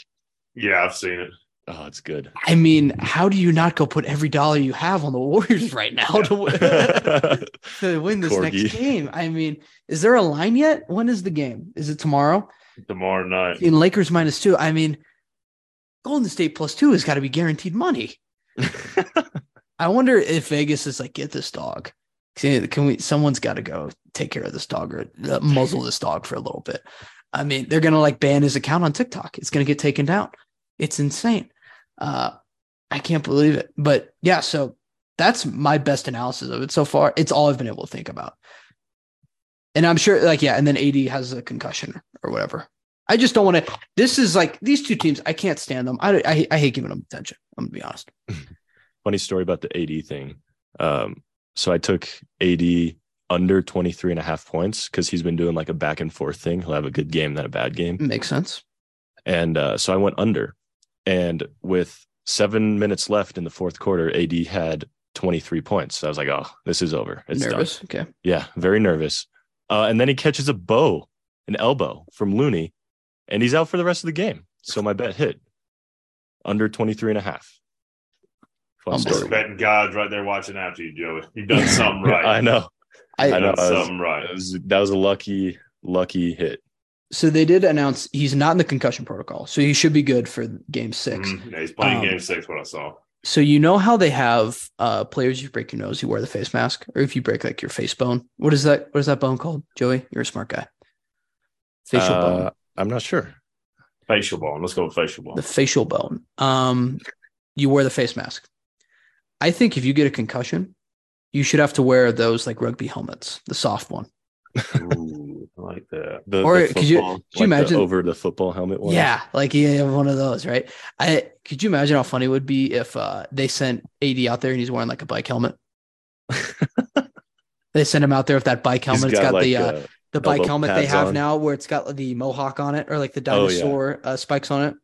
Yeah, I've seen it.
Oh, it's good.
I mean, how do you not go put every dollar you have on the Warriors right now to win? to win this
Corgi.
next game. I mean, is there a line yet? When is the game? Is it tomorrow?
Tomorrow night.
In Lakers minus two. I mean, Golden State plus two has got to be guaranteed money. I wonder if Vegas is like, get this dog. Can can we? Someone's got to go take care of this dog or uh, muzzle this dog for a little bit. I mean, they're gonna like ban his account on TikTok. It's gonna get taken down. It's insane. Uh, I can't believe it. But yeah, so that's my best analysis of it so far. It's all I've been able to think about. And I'm sure, like, yeah. And then AD has a concussion or whatever. I just don't want to. This is like these two teams. I can't stand them. I, I I hate giving them attention. I'm gonna be honest.
funny story about the AD thing. Um, so I took AD under 23 and a half points because he's been doing like a back and forth thing. He'll have a good game, then a bad game.
Makes sense.
And uh, so I went under. And with seven minutes left in the fourth quarter, AD had 23 points. So I was like, oh, this is over. It's done.
Nervous. Okay.
Yeah, very nervous. Uh, and then he catches a bow, an elbow from Looney, and he's out for the rest of the game. So my bet hit under 23 and a half. Fun
Unbelievable.
story.
That God's right there watching after you, Joey. You've done something right.
I know.
I-
I know.
You've done
I was-
something right.
That was, that was a lucky, lucky hit.
So they did announce he's not in the concussion protocol, so he should be good for game 6
Mm.
Mhm. Yeah, he's playing
Um,
game six, what I saw.
So you know how they have uh, players you break your nose, you wear the face mask, or if you break like your face bone. What is that? What is that bone called, Joey? You're a smart guy. Facial
Uh,
bone.
I'm not sure.
Facial bone. Let's go with facial bone.
The facial bone. Um, you wear the face mask. I think if you get a concussion, you should have to wear those like rugby helmets, the soft one.
Ooh, I like that.
The,
Or
the
could you-
football-
could you
like the
imagine-
over the football helmet one?
Yeah, like you have one of those, right? I could you imagine how funny it would be if uh, they sent AD out there and he's wearing like a bike helmet. they sent him out there with that bike
He's
helmet. it's got the uh,
like, uh,
the bike
elbow
helmet they
pads
have
on.
now, where it's got the mohawk on it or like the
Oh, yeah.
dinosaur uh, spikes on it.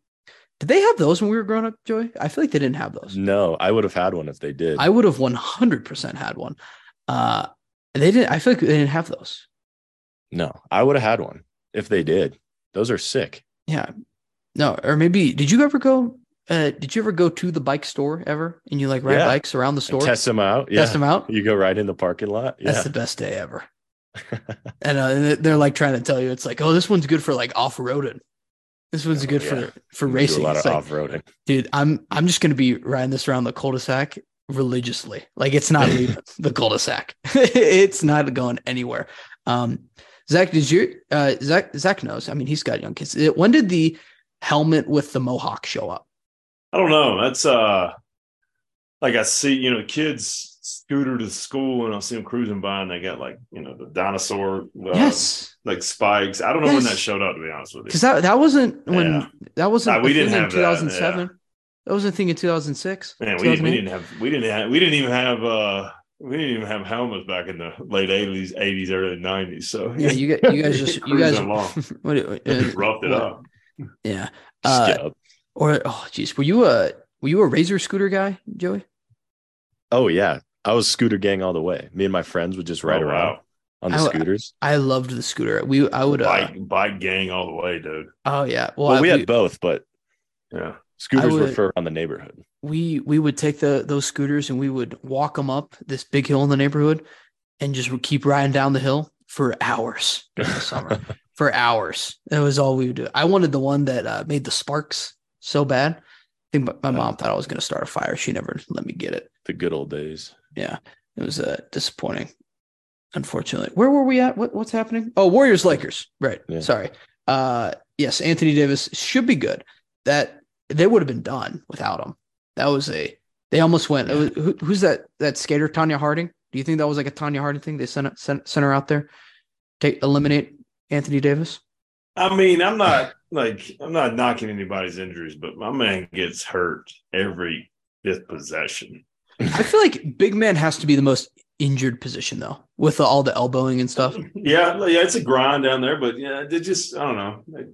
Did they have those when we were growing up, Joey? I feel like they didn't have those.
no, I would have had one if they did.
I would have one hundred percent had one. Uh, they didn't. I feel like they didn't have those.
no, I would have had one if they did. Those are sick.
No, or maybe did you ever go Uh, did you ever go to the bike store ever? And you like ride
Yeah.
bikes around the store,
Test them out. Yeah.
test them out.
You go right in the parking lot. Yeah.
That's the best day ever. and uh, and they're like trying to tell you it's like, oh, this one's good for like off roading. This one's
Oh,
good
yeah.
for for
You do
racing.
A lot
It's
of
like,
off roading.
dude, I'm I'm just gonna be riding this around the cul-de-sac religiously. Like it's not leaving the cul-de-sac. it's not going anywhere. Um, Zach, did you? Uh, Zach Zach knows. I mean, he's got young kids. Uh, When did the helmet with the mohawk show up?
I don't know. That's uh, like I see, you know, kids scooter to school, and I see them cruising by, and they got like, you know, the dinosaur, uh,
yes,
like spikes. I don't know when
Yes.
that showed up. To be honest with you,
because that that wasn't when
Yeah.
that wasn't
Nah, we
a
didn't
thing in
have that,
2007. That, was a thing in 2006.
Man, we didn't, we
2008.
didn't have we didn't have we didn't even have uh we didn't even have helmets back in the late eighties, eighties, early nineties. So
Yeah, you got you guys just you guys
Cruising along.
what do- uh,
roughed it
what-
up.
Yeah.
Just
Uh,
get up.
Or oh geez, were you a were you a razor scooter guy, Joey?
Oh yeah. I was scooter gang all the way. Me and my friends would just ride
Oh,
around
wow.
on the
I-
scooters.
I loved the scooter. We I would uh,
bike bike gang all the way, dude.
oh yeah. Well,
Well,
I-
we
we,
had both, but
Yeah,
scooters were
would-
for around the neighborhood.
we we would take the those scooters and we would walk them up this big hill in the neighborhood and just would keep riding down the hill for hours during the summer. for hours. That was all we would do. I wanted the one that uh, made the sparks so bad. I think my, my
Yeah.
mom thought I was going to start a fire. She never let me get it.
The good old days.
It was uh, disappointing, unfortunately. Where were we at? What, what's happening? Oh, Warriors Lakers. Right.
Yeah.
Sorry. Uh, yes, Anthony Davis should be good. That they would have been done without him. That was a. They almost went. it was- who, who's that? That skater Tanya Harding. Do you think that was like a Tanya Harding thing? They sent sent, sent her out there, take eliminate Anthony Davis.
I mean, I'm not like I'm not knocking anybody's injuries, but my man gets hurt every fifth possession.
I feel like big man has to be the most injured position though, with all the elbowing and stuff.
Yeah, yeah, it's a grind down there, but yeah, they just I don't know. I,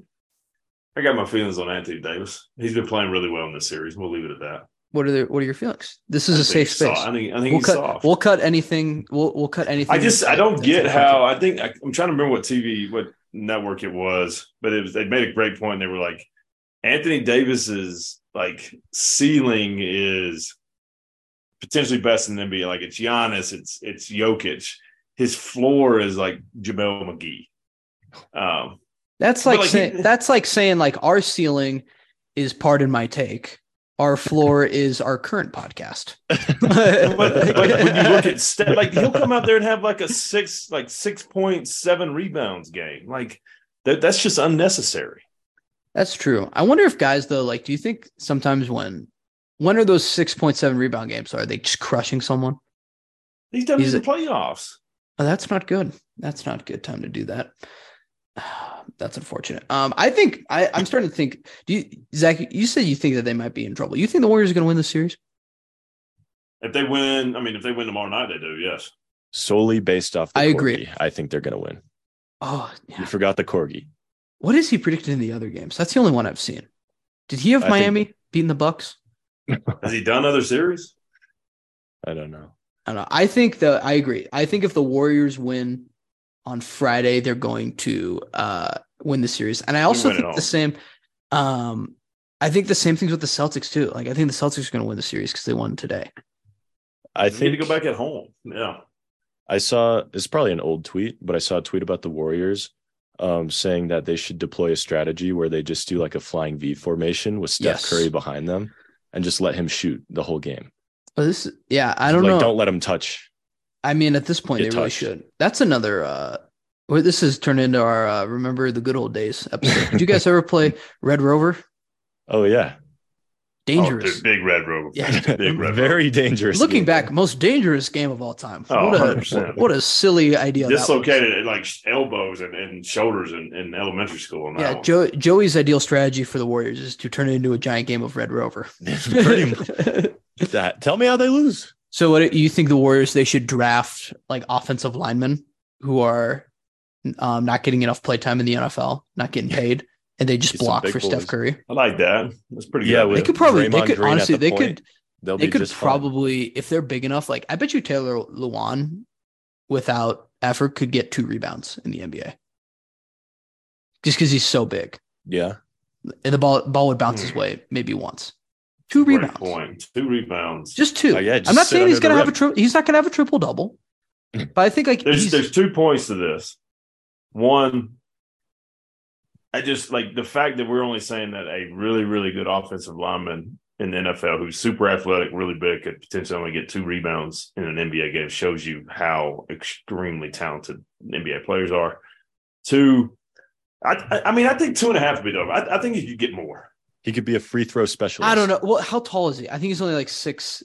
I got my feelings on Anthony Davis. He's been playing really well in this series. We'll leave it at that.
What are the, what are your feelings? This is
I
a
think
safe
he's
space.
soft. I think I think
we'll
he's
cut.
soft.
We'll cut anything. We'll we'll cut anything.
I just I don't
that's
get
a-
how I think I, I'm trying to remember what TV what network it was, but it was they made a great point. They were like Anthony Davis's like ceiling is potentially best in the NBA. Like it's Giannis, it's it's Jokic. His floor is like JaVale McGee. Um,
That's
But,
like,
like, he-
saying, that's like saying like our ceiling is pardon my take. Our floor is our current podcast.
but, but when you look at Steph, like he'll come out there and have like a six like six point seven rebounds game. Like that, that's just unnecessary.
That's true. I wonder if guys though, like, do you think sometimes when when are those six point seven rebound games? Are they just crushing someone?
He's done
He's
it in the playoffs.
Oh, that's not good. That's not a good time to do that. That's unfortunate. Um, I think I, I'm starting to think. Do you, Zach? You said you think that they might be in trouble. You think the Warriors are going to win the series?
If they win, I mean, if they win tomorrow night, they do. Yes.
Solely based off the
I agree.
corgi, I think they're gonna win.
Oh, yeah.
You forgot the corgi.
What is he predicted in the other games? That's the only one I've seen. Did he have
I think-
Miami beating the Bucks?
Has he done other series?
I don't know.
I don't know. I think the I agree. I think if the Warriors win on Friday, they're going to uh, win the series. And I also
win it
think
all.
the same. Um, I think the same things with the Celtics too. Like I think the Celtics are going to win the series because they won today.
I
They need
think
to go back at home. Yeah.
I saw it's probably an old tweet, but I saw a tweet about the Warriors um, saying that they should deploy a strategy where they just do like a flying V formation with Steph
Yes.
Curry behind them and just let him shoot the whole game.
Oh, this yeah. I don't
like,
know.
Don't let him touch.
I mean, at this point, they
Get
really
touched.
should. That's another. uh well, this has turned into our uh, remember the good old days episode. Did you guys ever play Red Rover?
Oh yeah,
Dangerous.
Oh, dude, big red rover.
Yeah.
Big red rover.
very dangerous.
Looking
game.
back, most dangerous game of all time.
Oh,
what, a,
100%.
what a silly idea. that
Dislocated at like elbows and, and shoulders in, in elementary school. on
was.
that
Yeah,
one.
Joe, Joey's ideal strategy for the Warriors is to turn it into a giant game of Red Rover.
pretty much that. Tell me how they lose.
so, what do you think the Warriors they should draft like offensive linemen who are um, not getting enough playtime in the NFL, not getting paid, and they just
Get some
block
big
for Steph
boys.
Curry?
I like that. That's pretty good.
Yeah,
They
with-
could probably, they
Draymond
could
Green at
honestly,
the
they
point,
could
They'll
they
be
could
just fine.
probably if they're big enough like i bet you taylor luan without effort could get two rebounds in the nba just because he's so big
Yeah,
and the ball ball would bounce his way maybe once Two
Hmm. Great
rebounds.
point. Uh, Two rebounds.
Just two.
Oh, yeah, just
I'm not
sit
saying he's
under
gonna
the
have a
rim.
triple. He's not gonna have a triple double, but I think like
Hmm. there's
he's-
there's two points to this. One, I just like the fact that we're only saying that a really really good offensive lineman in the NFL who's super athletic, really big, could potentially only get two rebounds in an NBA game shows you how extremely talented NBA players are. Two, I I- I mean I think two and a half would be over. I, I think you could get more.
He could be a free throw specialist.
I don't know. Well, how tall is he? I think he's only like six.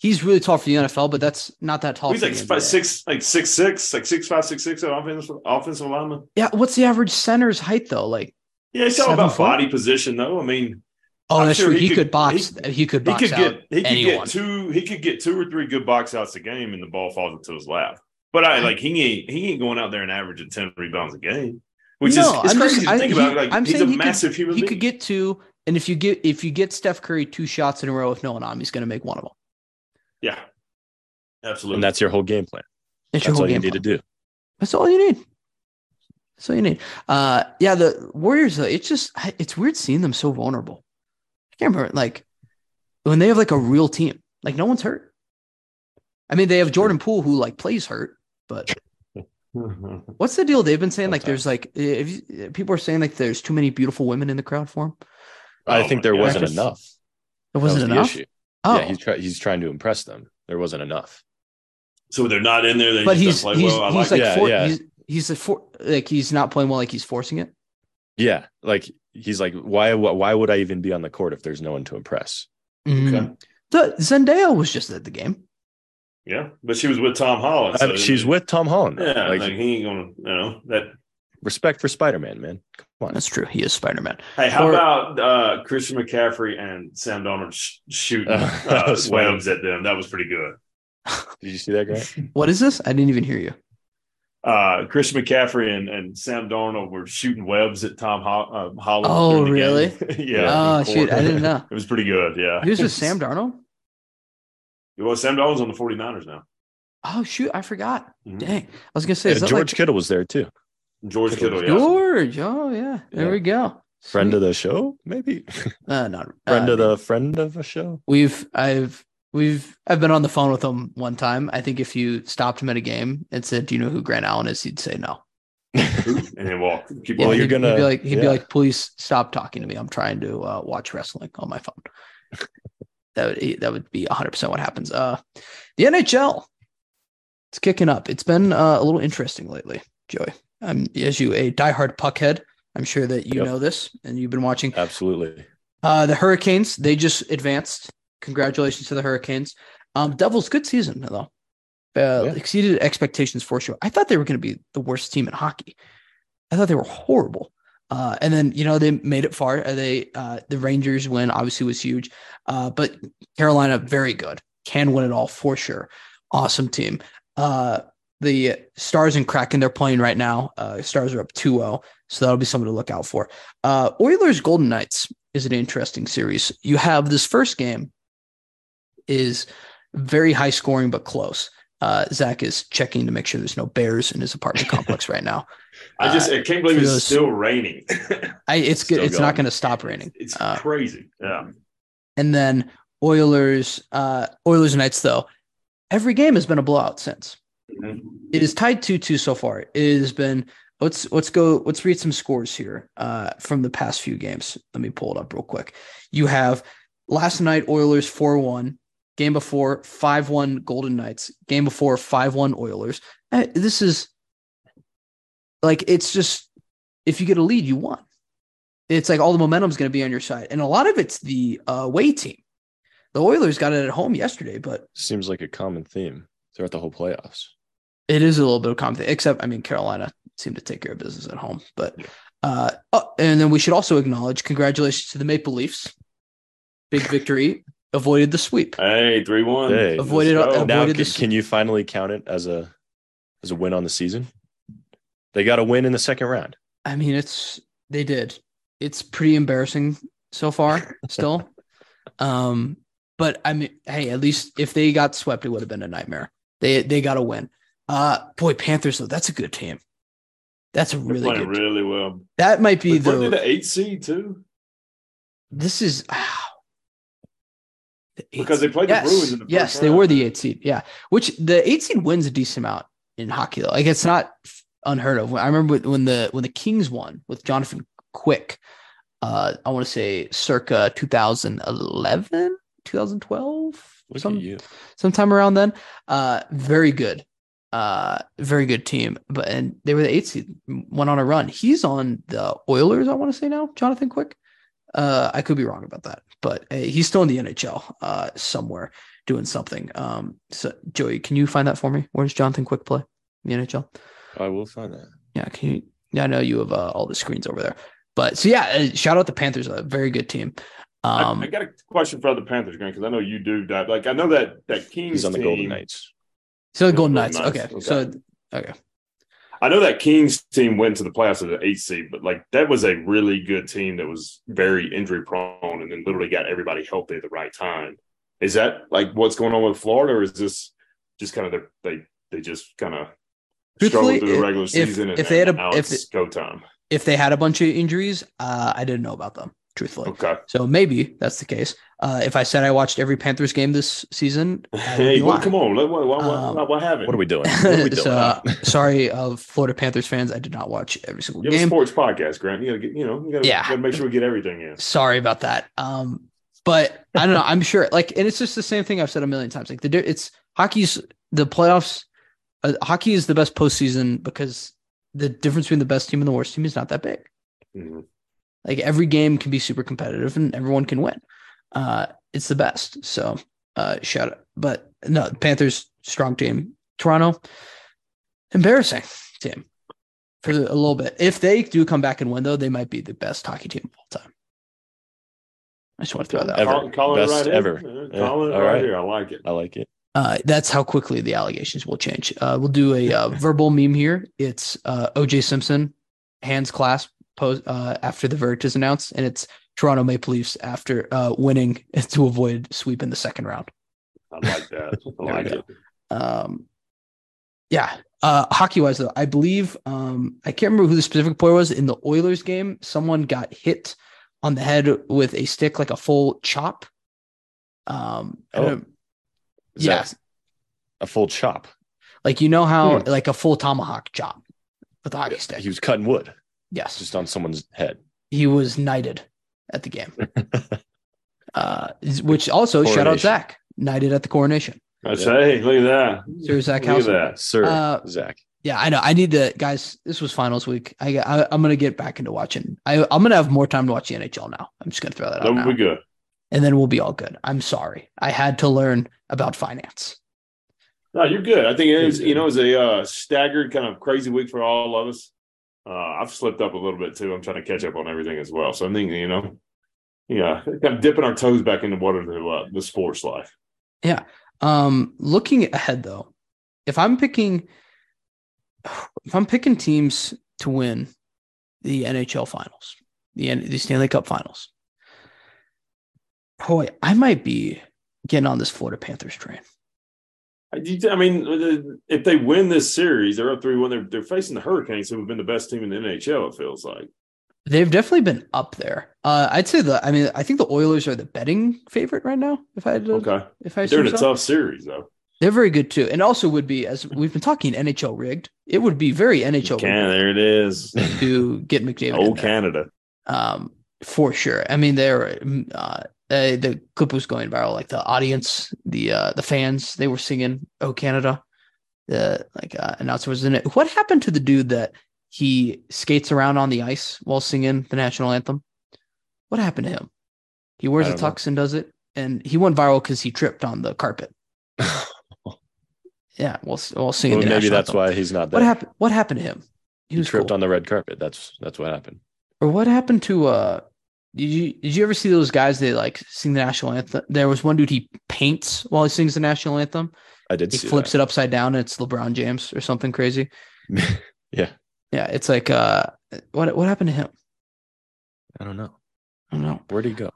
He's really tall for the NFL, but that's not that tall.
He's
for
like
the
five,
NBA.
six, like six six, like six five, six six, an offensive offensive lineman.
Yeah, what's the average center's height though? Like,
Yeah, it's all
Seven
about
foot?
body position though. I mean.
oh,
I'm
that's
sure
true.
he
He,
could-
could box. He, could
he
box
could
out
get he could
anyone.
get two he could get two or three good box outs a game and the ball falls into his lap. But I like he ain't he ain't going out there and averaging ten rebounds a game, which is
No,
it's
I'm
crazy
just-
to
I-
think
he-
about. Like
I'm
he's
saying
a
he could-
massive human
he
being.
could get two, and if you get if you get Steph Curry two shots in a row with no one on, him, he's gonna make one of them.
yeah, absolutely.
And that's your whole game plan.
It's your
That's
whole
all you
game.
need
plan.
to do.
That's all you need. That's all you need. Uh, yeah, the Warriors. though, It's just I- it's weird seeing them so vulnerable. I can't remember like when they have like a real team. Like no one's hurt. I mean, they have Jordan Poole who like plays hurt, but what's the deal? They've been saying like there's like if you, people are saying like there's too many beautiful women in the crowd for him.
I
Oh
think
my
there
God.
wasn't
Just-
enough.
It
That was
wasn't
the
enough.
issue.
Oh,
Yeah, he's, try- he's trying to impress them. There wasn't enough.
so they're not in there. They
but he's
just don't play
he's,
well. I
he's
like,
like
Yeah,
for,
yeah.
he's he's a for, like he's not playing well. Like he's forcing it.
Yeah, like he's like, why? wh- Why would I even be on the court if there's no one to impress? Mm-hmm.
Mm. The Zendaya was just at the game.
yeah. But she was with Tom Holland.
I
so-
mean, she's with Tom Holland. though.
yeah.
like,
like he ain't gonna you know that
respect for Spider Man, man. Come on.
Oh, That's true. He is Spider Man.
Hey, how
Or-
about uh, Christian McCaffrey and Sam Donald sh- shooting
Uh, that
uh,
was funny.
webs at them? That was pretty good.
Did you see that, Grant?
What is this? I didn't even hear you.
Uh, Christian McCaffrey and, and Sam Darnold were shooting webs at Tom Ho- uh, Holland.
Oh,
during the
really?
game.
Oh,
yeah.
shoot. I didn't know.
It was pretty good. Yeah.
Who's with Sam Darnold?
Well, Sam Darnold's on the 49ers now.
Oh, shoot. I forgot.
Mhm.
Dang. I was going to say,
Yeah,
is that
George Kittle was there too.
George Kittle.
like
Yeah.
George? Oh, yeah. There
Yeah.
we go.
Friend of the show, maybe.
the, uh, not,
friend
uh,
of the friend of a show.
We've, I've, we've, I've been on the phone with him one time. I think if you stopped him at a game and said, Do you know who Grant Allen is? He'd say no.
And then walk. Keep
Yeah,
walking.
Well, you're
he'd, he'd be
gonna-
like, he'd be
yeah.
like, please stop talking to me. I'm trying to uh, watch wrestling on my phone. that would that would be 100 percent what happens. Uh, the NHL, it's kicking up. It's been uh, a little interesting lately, Joey. I'm as you a diehard puckhead. I'm sure that you
Yep.
know this, and you've been watching.
Absolutely.
Uh, the Hurricanes, they just advanced. Congratulations to the Hurricanes. Um, Devils, good season though. Uh,
Yeah.
Exceeded expectations for sure. I thought they were going to be the worst team in hockey. I thought they were horrible. Uh, and then you know they made it far. Uh, They uh, the Rangers win obviously was huge, uh, but Carolina very good, can win it all for sure. Awesome team. Uh, the Stars and Kraken they're playing right now. Uh, Stars are up 2-0, so that'll be something to look out for. Uh, Oilers Golden Knights is an interesting series. You have this first game is very high scoring but close. Uh, Zach is checking to make sure there's no bears in his apartment complex right now.
I just I can't believe
for
it's
those-
still raining.
I, it's good.
Still
It's not
going.
going to stop raining.
It's
Uh,
crazy. Yeah.
And then Oilers, uh, Oilers Knights though, every game has been a blowout since. It is tied two two so far. It has been. Let's let's go. Let's read some scores here uh, from the past few games. Let me pull it up real quick. You have last night Oilers four one. Game before five one Golden Knights. Game before five one Oilers. Eh, This is like it's just if you get a lead, you won. It's like all the momentum's going to be on your side, and a lot of it's the uh, away team. The Oilers got it at home yesterday, but
Seems like a common theme throughout the whole playoffs.
It is a little bit of common thing, except I mean Carolina seemed to take care of business at home. But uh oh, and then we should also acknowledge congratulations to the Maple Leafs. Big victory, avoided the sweep.
Hey, three one.
Hey.
Avoided-
Let's go.
avoided-
now
the
can,
s-
can you finally count it as a as a win on the season? They got a win in the second round.
I mean, it's they did. It's pretty embarrassing so far, still. um, but I mean, hey, at least if they got swept, it would have been a nightmare. They they got a win. Uh boy, Panthers though, that's a good team. That's a
They're
really
playing
good.
really well.
that might be
We're
the
the eight seed too.
this is The eighth
because they played
yes,
the Bruins in the first
yes, they
round.
were the eight seed. Yeah, which the eight seed wins a decent amount in hockey though. Like it's not unheard of. I remember when- when the when the Kings won with Jonathan Quick. Uh, I want to say circa 2011, 2012,
Look
some-
at you.
sometime around then. Uh, very good, uh, very good team. But and they were the eight seed, went on a run. He's on the Oilers, I want to say now. Jonathan Quick. Uh, I could be wrong about that, but uh, he's still in the NHL uh, somewhere doing something. Um, so Joey, can you find that for me? Where does Jonathan Quick play in the NHL?
I will find that.
Yeah, can you? Yeah, I know you have uh, all the screens over there, but so yeah, uh, shout out the Panthers, a very good team.
I-
Um,
I, got a question for the Panthers, Grant, because I know you do that. Like I know that that Kings
He's on the
team,
Golden Knights.
so the Golden
Golden
Knights.
Knights,
Okay,
okay.
so
I know that Kings team went to the playoffs as an eight seed, but like that was a really good team that was very injury prone and then literally got everybody healthy at the right time. Is that like what's going on with Florida, or is this just kind of their, they they just kind of
Truthfully,
struggled through
if-
the regular
if-
season and
if they had a-
now
if-
it's go time?
if they had a bunch of injuries, uh, I didn't know about them, truthfully.
Okay,
So maybe that's the case. Uh, if I said I watched every Panthers game this season, I would
hey,
be
well,
lying.
come on, what what what,
Um,
what, what happened?
What are we doing? What are we doing?
so, uh, sorry, of Florida Panthers fans, I did not watch every single
You have a
game.
sports podcast, Grant. You gotta get, you know, you gotta,
Yeah.
gotta make sure we get everything in.
sorry about that. Um, but I don't know. I'm sure. Like, and it's just the same thing I've said a million times. Like the di- it's hockey's the playoffs. Uh, hockey is the best postseason because the difference between the best team and the worst team is not that big.
Mhm.
Like every game can be super competitive and everyone can win. Uh, it's the best. So uh, shout out. But no, Panthers strong team. Toronto embarrassing team for the, a little bit. If they do come back and win though, they might be the best hockey team of all time. I just want to throw that. out.
Ever.
Call, call
Best
it right
ever.
Here.
Yeah,
Call it
all
right,
right.
here. I like it.
I like it.
Uh, that's how quickly the allegations will change. Uh, we'll do a uh, verbal meme here. It's uh, OJ Simpson, hands clasp pose uh, after the verdict is announced, and it's Toronto Maple Leafs after uh, winning to avoid sweep in the second round.
I like that. I
we
like
go.
it.
Um, yeah. Uh, hockey wise, though, I believe um, I can't remember who the specific player was in the Oilers game. Someone got hit on the head with a stick, like a full chop. Um, I
Oh.
don't-
Is
yeah,
that a full chop?
Like you know how like a full tomahawk chop with a hockey stick.
Hmm. He was cutting wood
yes,
just on someone's head.
he was knighted at the game. uh, which also shout out
Coronation.
Zach knighted at the coronation.
That's
Yeah.
hey, look at that.
Sir Zach
look at
Housen.
that.
Sir
Uh,
Zach.
Yeah, I know. I need to guys. This was finals week. I, I I'm gonna get back into watching. I I'm gonna have more time to watch the NHL now. I'm just gonna throw that
That
out
would
now,
be good.
and then we'll be all good. I'm sorry. I had to learn about finance.
No, you're good. I think it is. You know, it's a uh, staggered kind of crazy week for all of us. Uh, I've slipped up a little bit too. I'm trying to catch up on everything as well. So I'm thinking, you know, yeah, kind of dipping our toes back into water to uh, the sports life.
Um, looking ahead though, if I'm picking, if I'm picking teams to win the NHL Finals, the N- the Stanley Cup Finals, boy, I might be getting on this Florida Panthers train.
I do- I mean, uh, if they win this series, they're up three one. They're they're facing the Hurricanes, who have been the best team in the NHL. It feels like.
They've definitely been up there. Uh, I'd say the, I mean, I think the Oilers are the betting favorite right now. If I had to,
Okay,
if I
they're in
assume
a
so.
tough series though.
they're very good too, and also would be as we've been talking NHL rigged. It would be very NHL
Can there it is.
rigged to get McDavid. in
Oh,
there.
Canada. um,
for sure. I mean, they're uh, they, the clip was going viral. Like the audience, the uh, the fans, they were singing "Oh Canada." The like uh, announcer was in it. What happened to the dude that he skates around on the ice while singing the national anthem? What happened to him? He wears
I
a
don't know.
tux and does it, and he went viral because he tripped on the carpet. yeah, while while singing.
Well,
the
maybe
national
that's
anthem.
why he's not there.
What happened? What happened to him?
He, tripped
cool.
on the red carpet. That's that's what happened.
Or what happened to uh did you did you ever see those guys they like sing the national anthem? There was one dude he paints while he sings the national anthem.
I did
He
see
flips it upside down and it's LeBron James or something crazy.
it. yeah,
Yeah, it's like uh what what happened to him?
I don't know.
I don't know.
Where'd he go?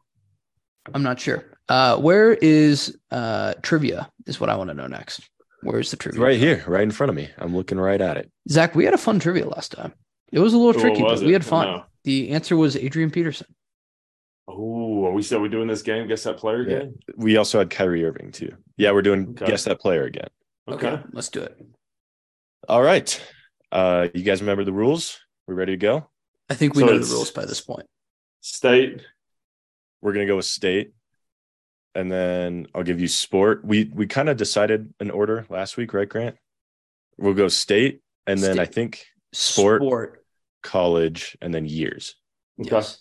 I'm not sure. Uh where is uh trivia is what I want to know next. Where's the trivia?
Right here, right in front of me. I'm looking right at it.
Zach, we had a fun trivia last time. It was a little
What
tricky,
was
but
it?
we had fun.
No.
The answer was Adrian Peterson.
Oh, are we still we doing this game? Guess that player
Yeah.
again?
We also had Kyrie Irving too. Yeah, we're doing
Okay.
guess that player again.
Okay.
let's do it.
All right. Uh, you guys remember the rules? We ready to go?
I think we
So
know the
it's-
rules by this point.
State.
We're gonna go with state, and then I'll give you sport. We we kind of decided an order last week, right, Grant? We'll go state, and then I
State.
think Sport.
Sport.
college, and then years.
Okay.
Yes.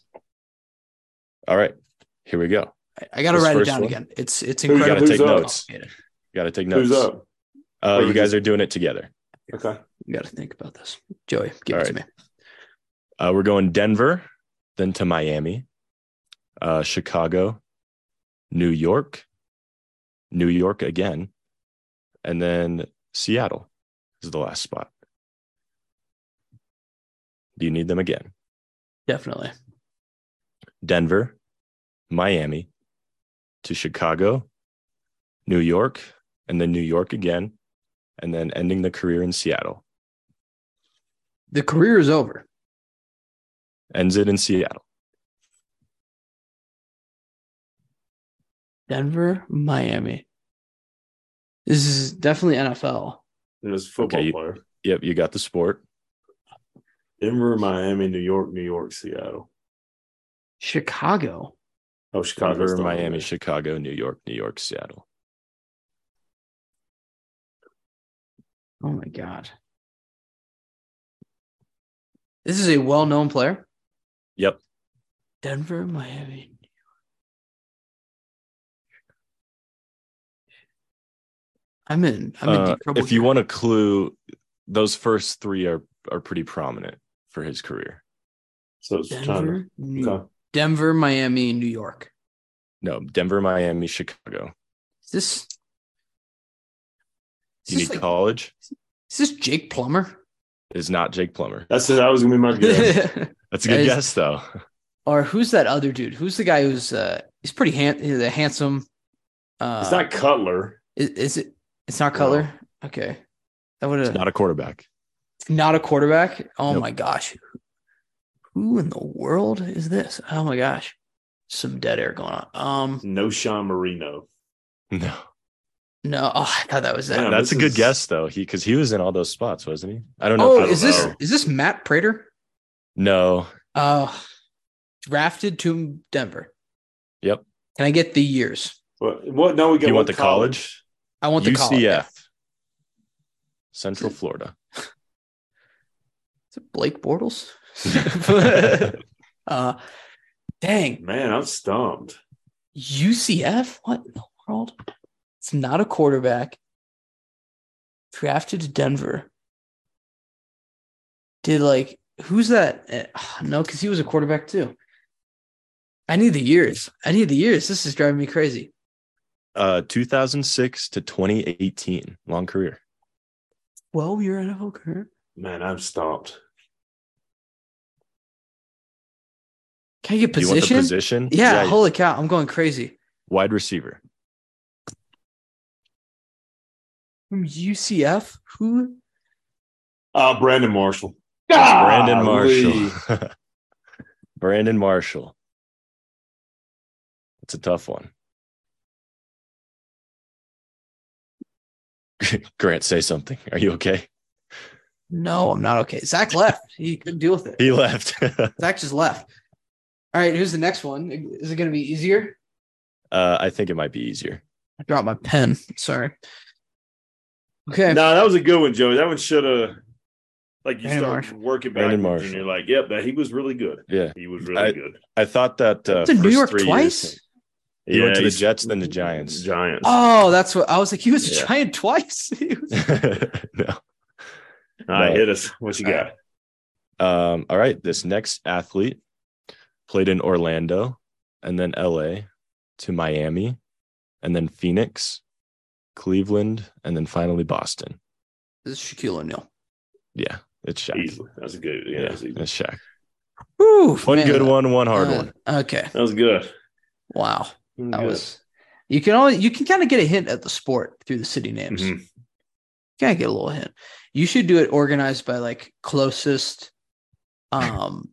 All right, here we go.
I, I got to
This
write it
first
down
one?
again. It's it's
Who you
incredible.
gotta take
how
notes.
complicated.
Got to take notes.
Who's up?
Uh,
Or
you
we
guys
just-
are doing it together.
Okay.
You got to think about this. Joey, give
All
it to me.
Uh, we're going Denver, then to Miami, uh, Chicago, New York, New York again, and then Seattle is the last spot. Do you need them again?
Definitely.
Denver, Miami, to Chicago, New York, and then New York again, and then ending the career in Seattle.
The career is over.
Ends it in Seattle.
Denver, Miami. This is definitely NFL.
It was a football
Okay, you-
player.
Yep, you got the sport.
Denver, Miami, New York, New York, Seattle.
Chicago.
Oh, Chicago.
Denver, Miami, Chicago, New York, New York, Seattle.
Oh my god. This is a well-known player.
Yep.
Denver, Miami. I'm in. I'm in
Uh,
deep trouble.
if you
here.
want a clue, those first three are are pretty prominent for his career.
So it's China.
Denver, New-
Okay.
Denver, Miami, New York.
No, Denver, Miami, Chicago.
Is this? Is this
You need
like-
college.
is this Jake Plummer?
Is not Jake Plummer.
That's it. That was gonna be my guess.
Uh, That's a good
Is-
guess though.
or who's that other dude? Who's the guy who's uh he's pretty hand he's a handsome uh
it's not Cutler.
is, is it it's not color? Okay. That would
It's
have not,
not a quarterback.
a quarterback. Oh
Nope.
my gosh. Who in the world is this? Oh my gosh. Some dead air going on. Um
No Sean Marino.
No,
no, oh I thought that was that.
Yeah,
that's a
this
good
is-
guess though. He because he was in all those spots, wasn't he? I don't
oh,
know. if I-
is this
know.
is this Matt Prater?
no?
Uh drafted to Denver.
Yep.
Can I get the years?
What? what? No, we got
You want
one
the college?
I want the
UCF,
college.
Central Florida.
Is it Blake Bortles? uh dang.
Man, I'm stumped.
UCF? What in the world? It's not a quarterback. Drafted to Denver. Did like who's that? Eh, No, because he was a quarterback too. I need the years. I need the years. This is driving me crazy.
uh, 2006 to 2018, long career.
Well, your NFL career.
Man, I'm stumped.
Can I get
Do You want the
position?
position?
Yeah, holy cow, I'm going crazy.
wide receiver.
From UCF, who?
Uh, Brandon Marshall.
Brandon
Golly.
Marshall. Brandon Marshall. It's a tough one. Grant, say something. Are you okay?
No, I'm not okay. Zach left. He couldn't deal with it.
He left. uh,
Zach just left. All right, who's the next one? Is it going to be easier?
Uh, I think it might be easier.
I dropped my pen. Sorry. Okay.
No, that was a good one, Joey. That one should have. Like you
Brandon
start
Marshall.
working back,
Brandon
and
Marshall.
you're like, "Yep, that he was really good.
Yeah,
He was really
I-
good."
I thought that. Uh,
It's in New
first
York
three years-
twice.
He went to the
he's-
Jets, then the Giants.
Giants.
Oh, that's what I was like. He was
Yeah.
a giant twice. He was-
no.
All right,
No.
hit us. What you got?
Um, all right, this next athlete played in Orlando and then LA to Miami and then Phoenix, Cleveland, and then finally Boston.
this is Shaquille O'Neal.
Yeah, it's Shaq.
Easily. That's a good. Yeah,
Yeah,
that's easy.
it's Shaq.
Whew,
One
man.
good one, one hard
Uh,
one.
Okay.
That was good.
Wow. That
good.
was. You can always you can kind of get a hint at the sport through the city names.
Mhm.
Kind of get a little hint. You should do it organized by like closest, um,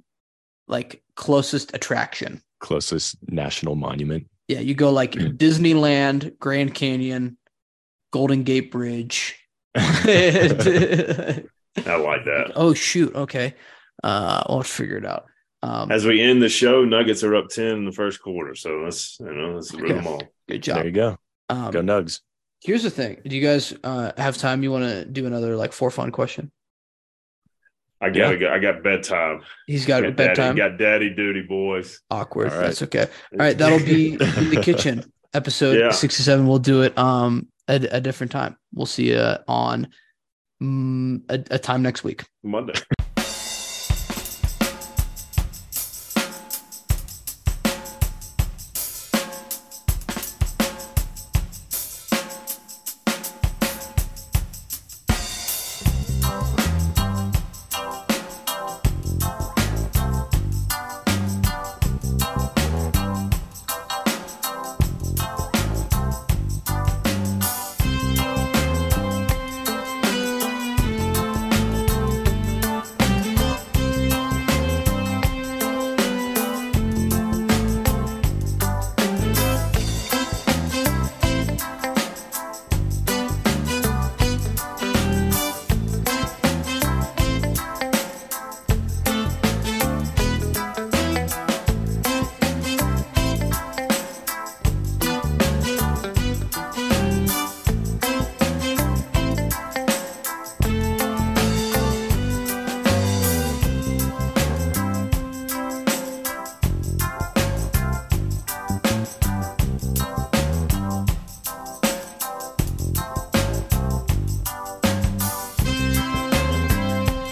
like closest attraction.
closest national monument.
Yeah, you go like
Hmm.
Disneyland, Grand Canyon, Golden Gate Bridge.
I like that.
oh shoot, okay. Uh, I'll figure it out. Um,
As we end the show, Nuggets are up ten in the first quarter, so let's you know let's run them all.
good job.
There you go.
Um,
Go Nugs.
Here's the thing. Do you guys uh, have time? You want to do another like for fun question?
I gotta go. I got bedtime.
He's got
got
bedtime.
Daddy, got daddy duty, boys.
Awkward.
All right.
That's okay. All right, that'll be in the kitchen episode
Yeah.
67. We'll do it um at a different time. We'll see you on mm, a, a time next week.
Monday.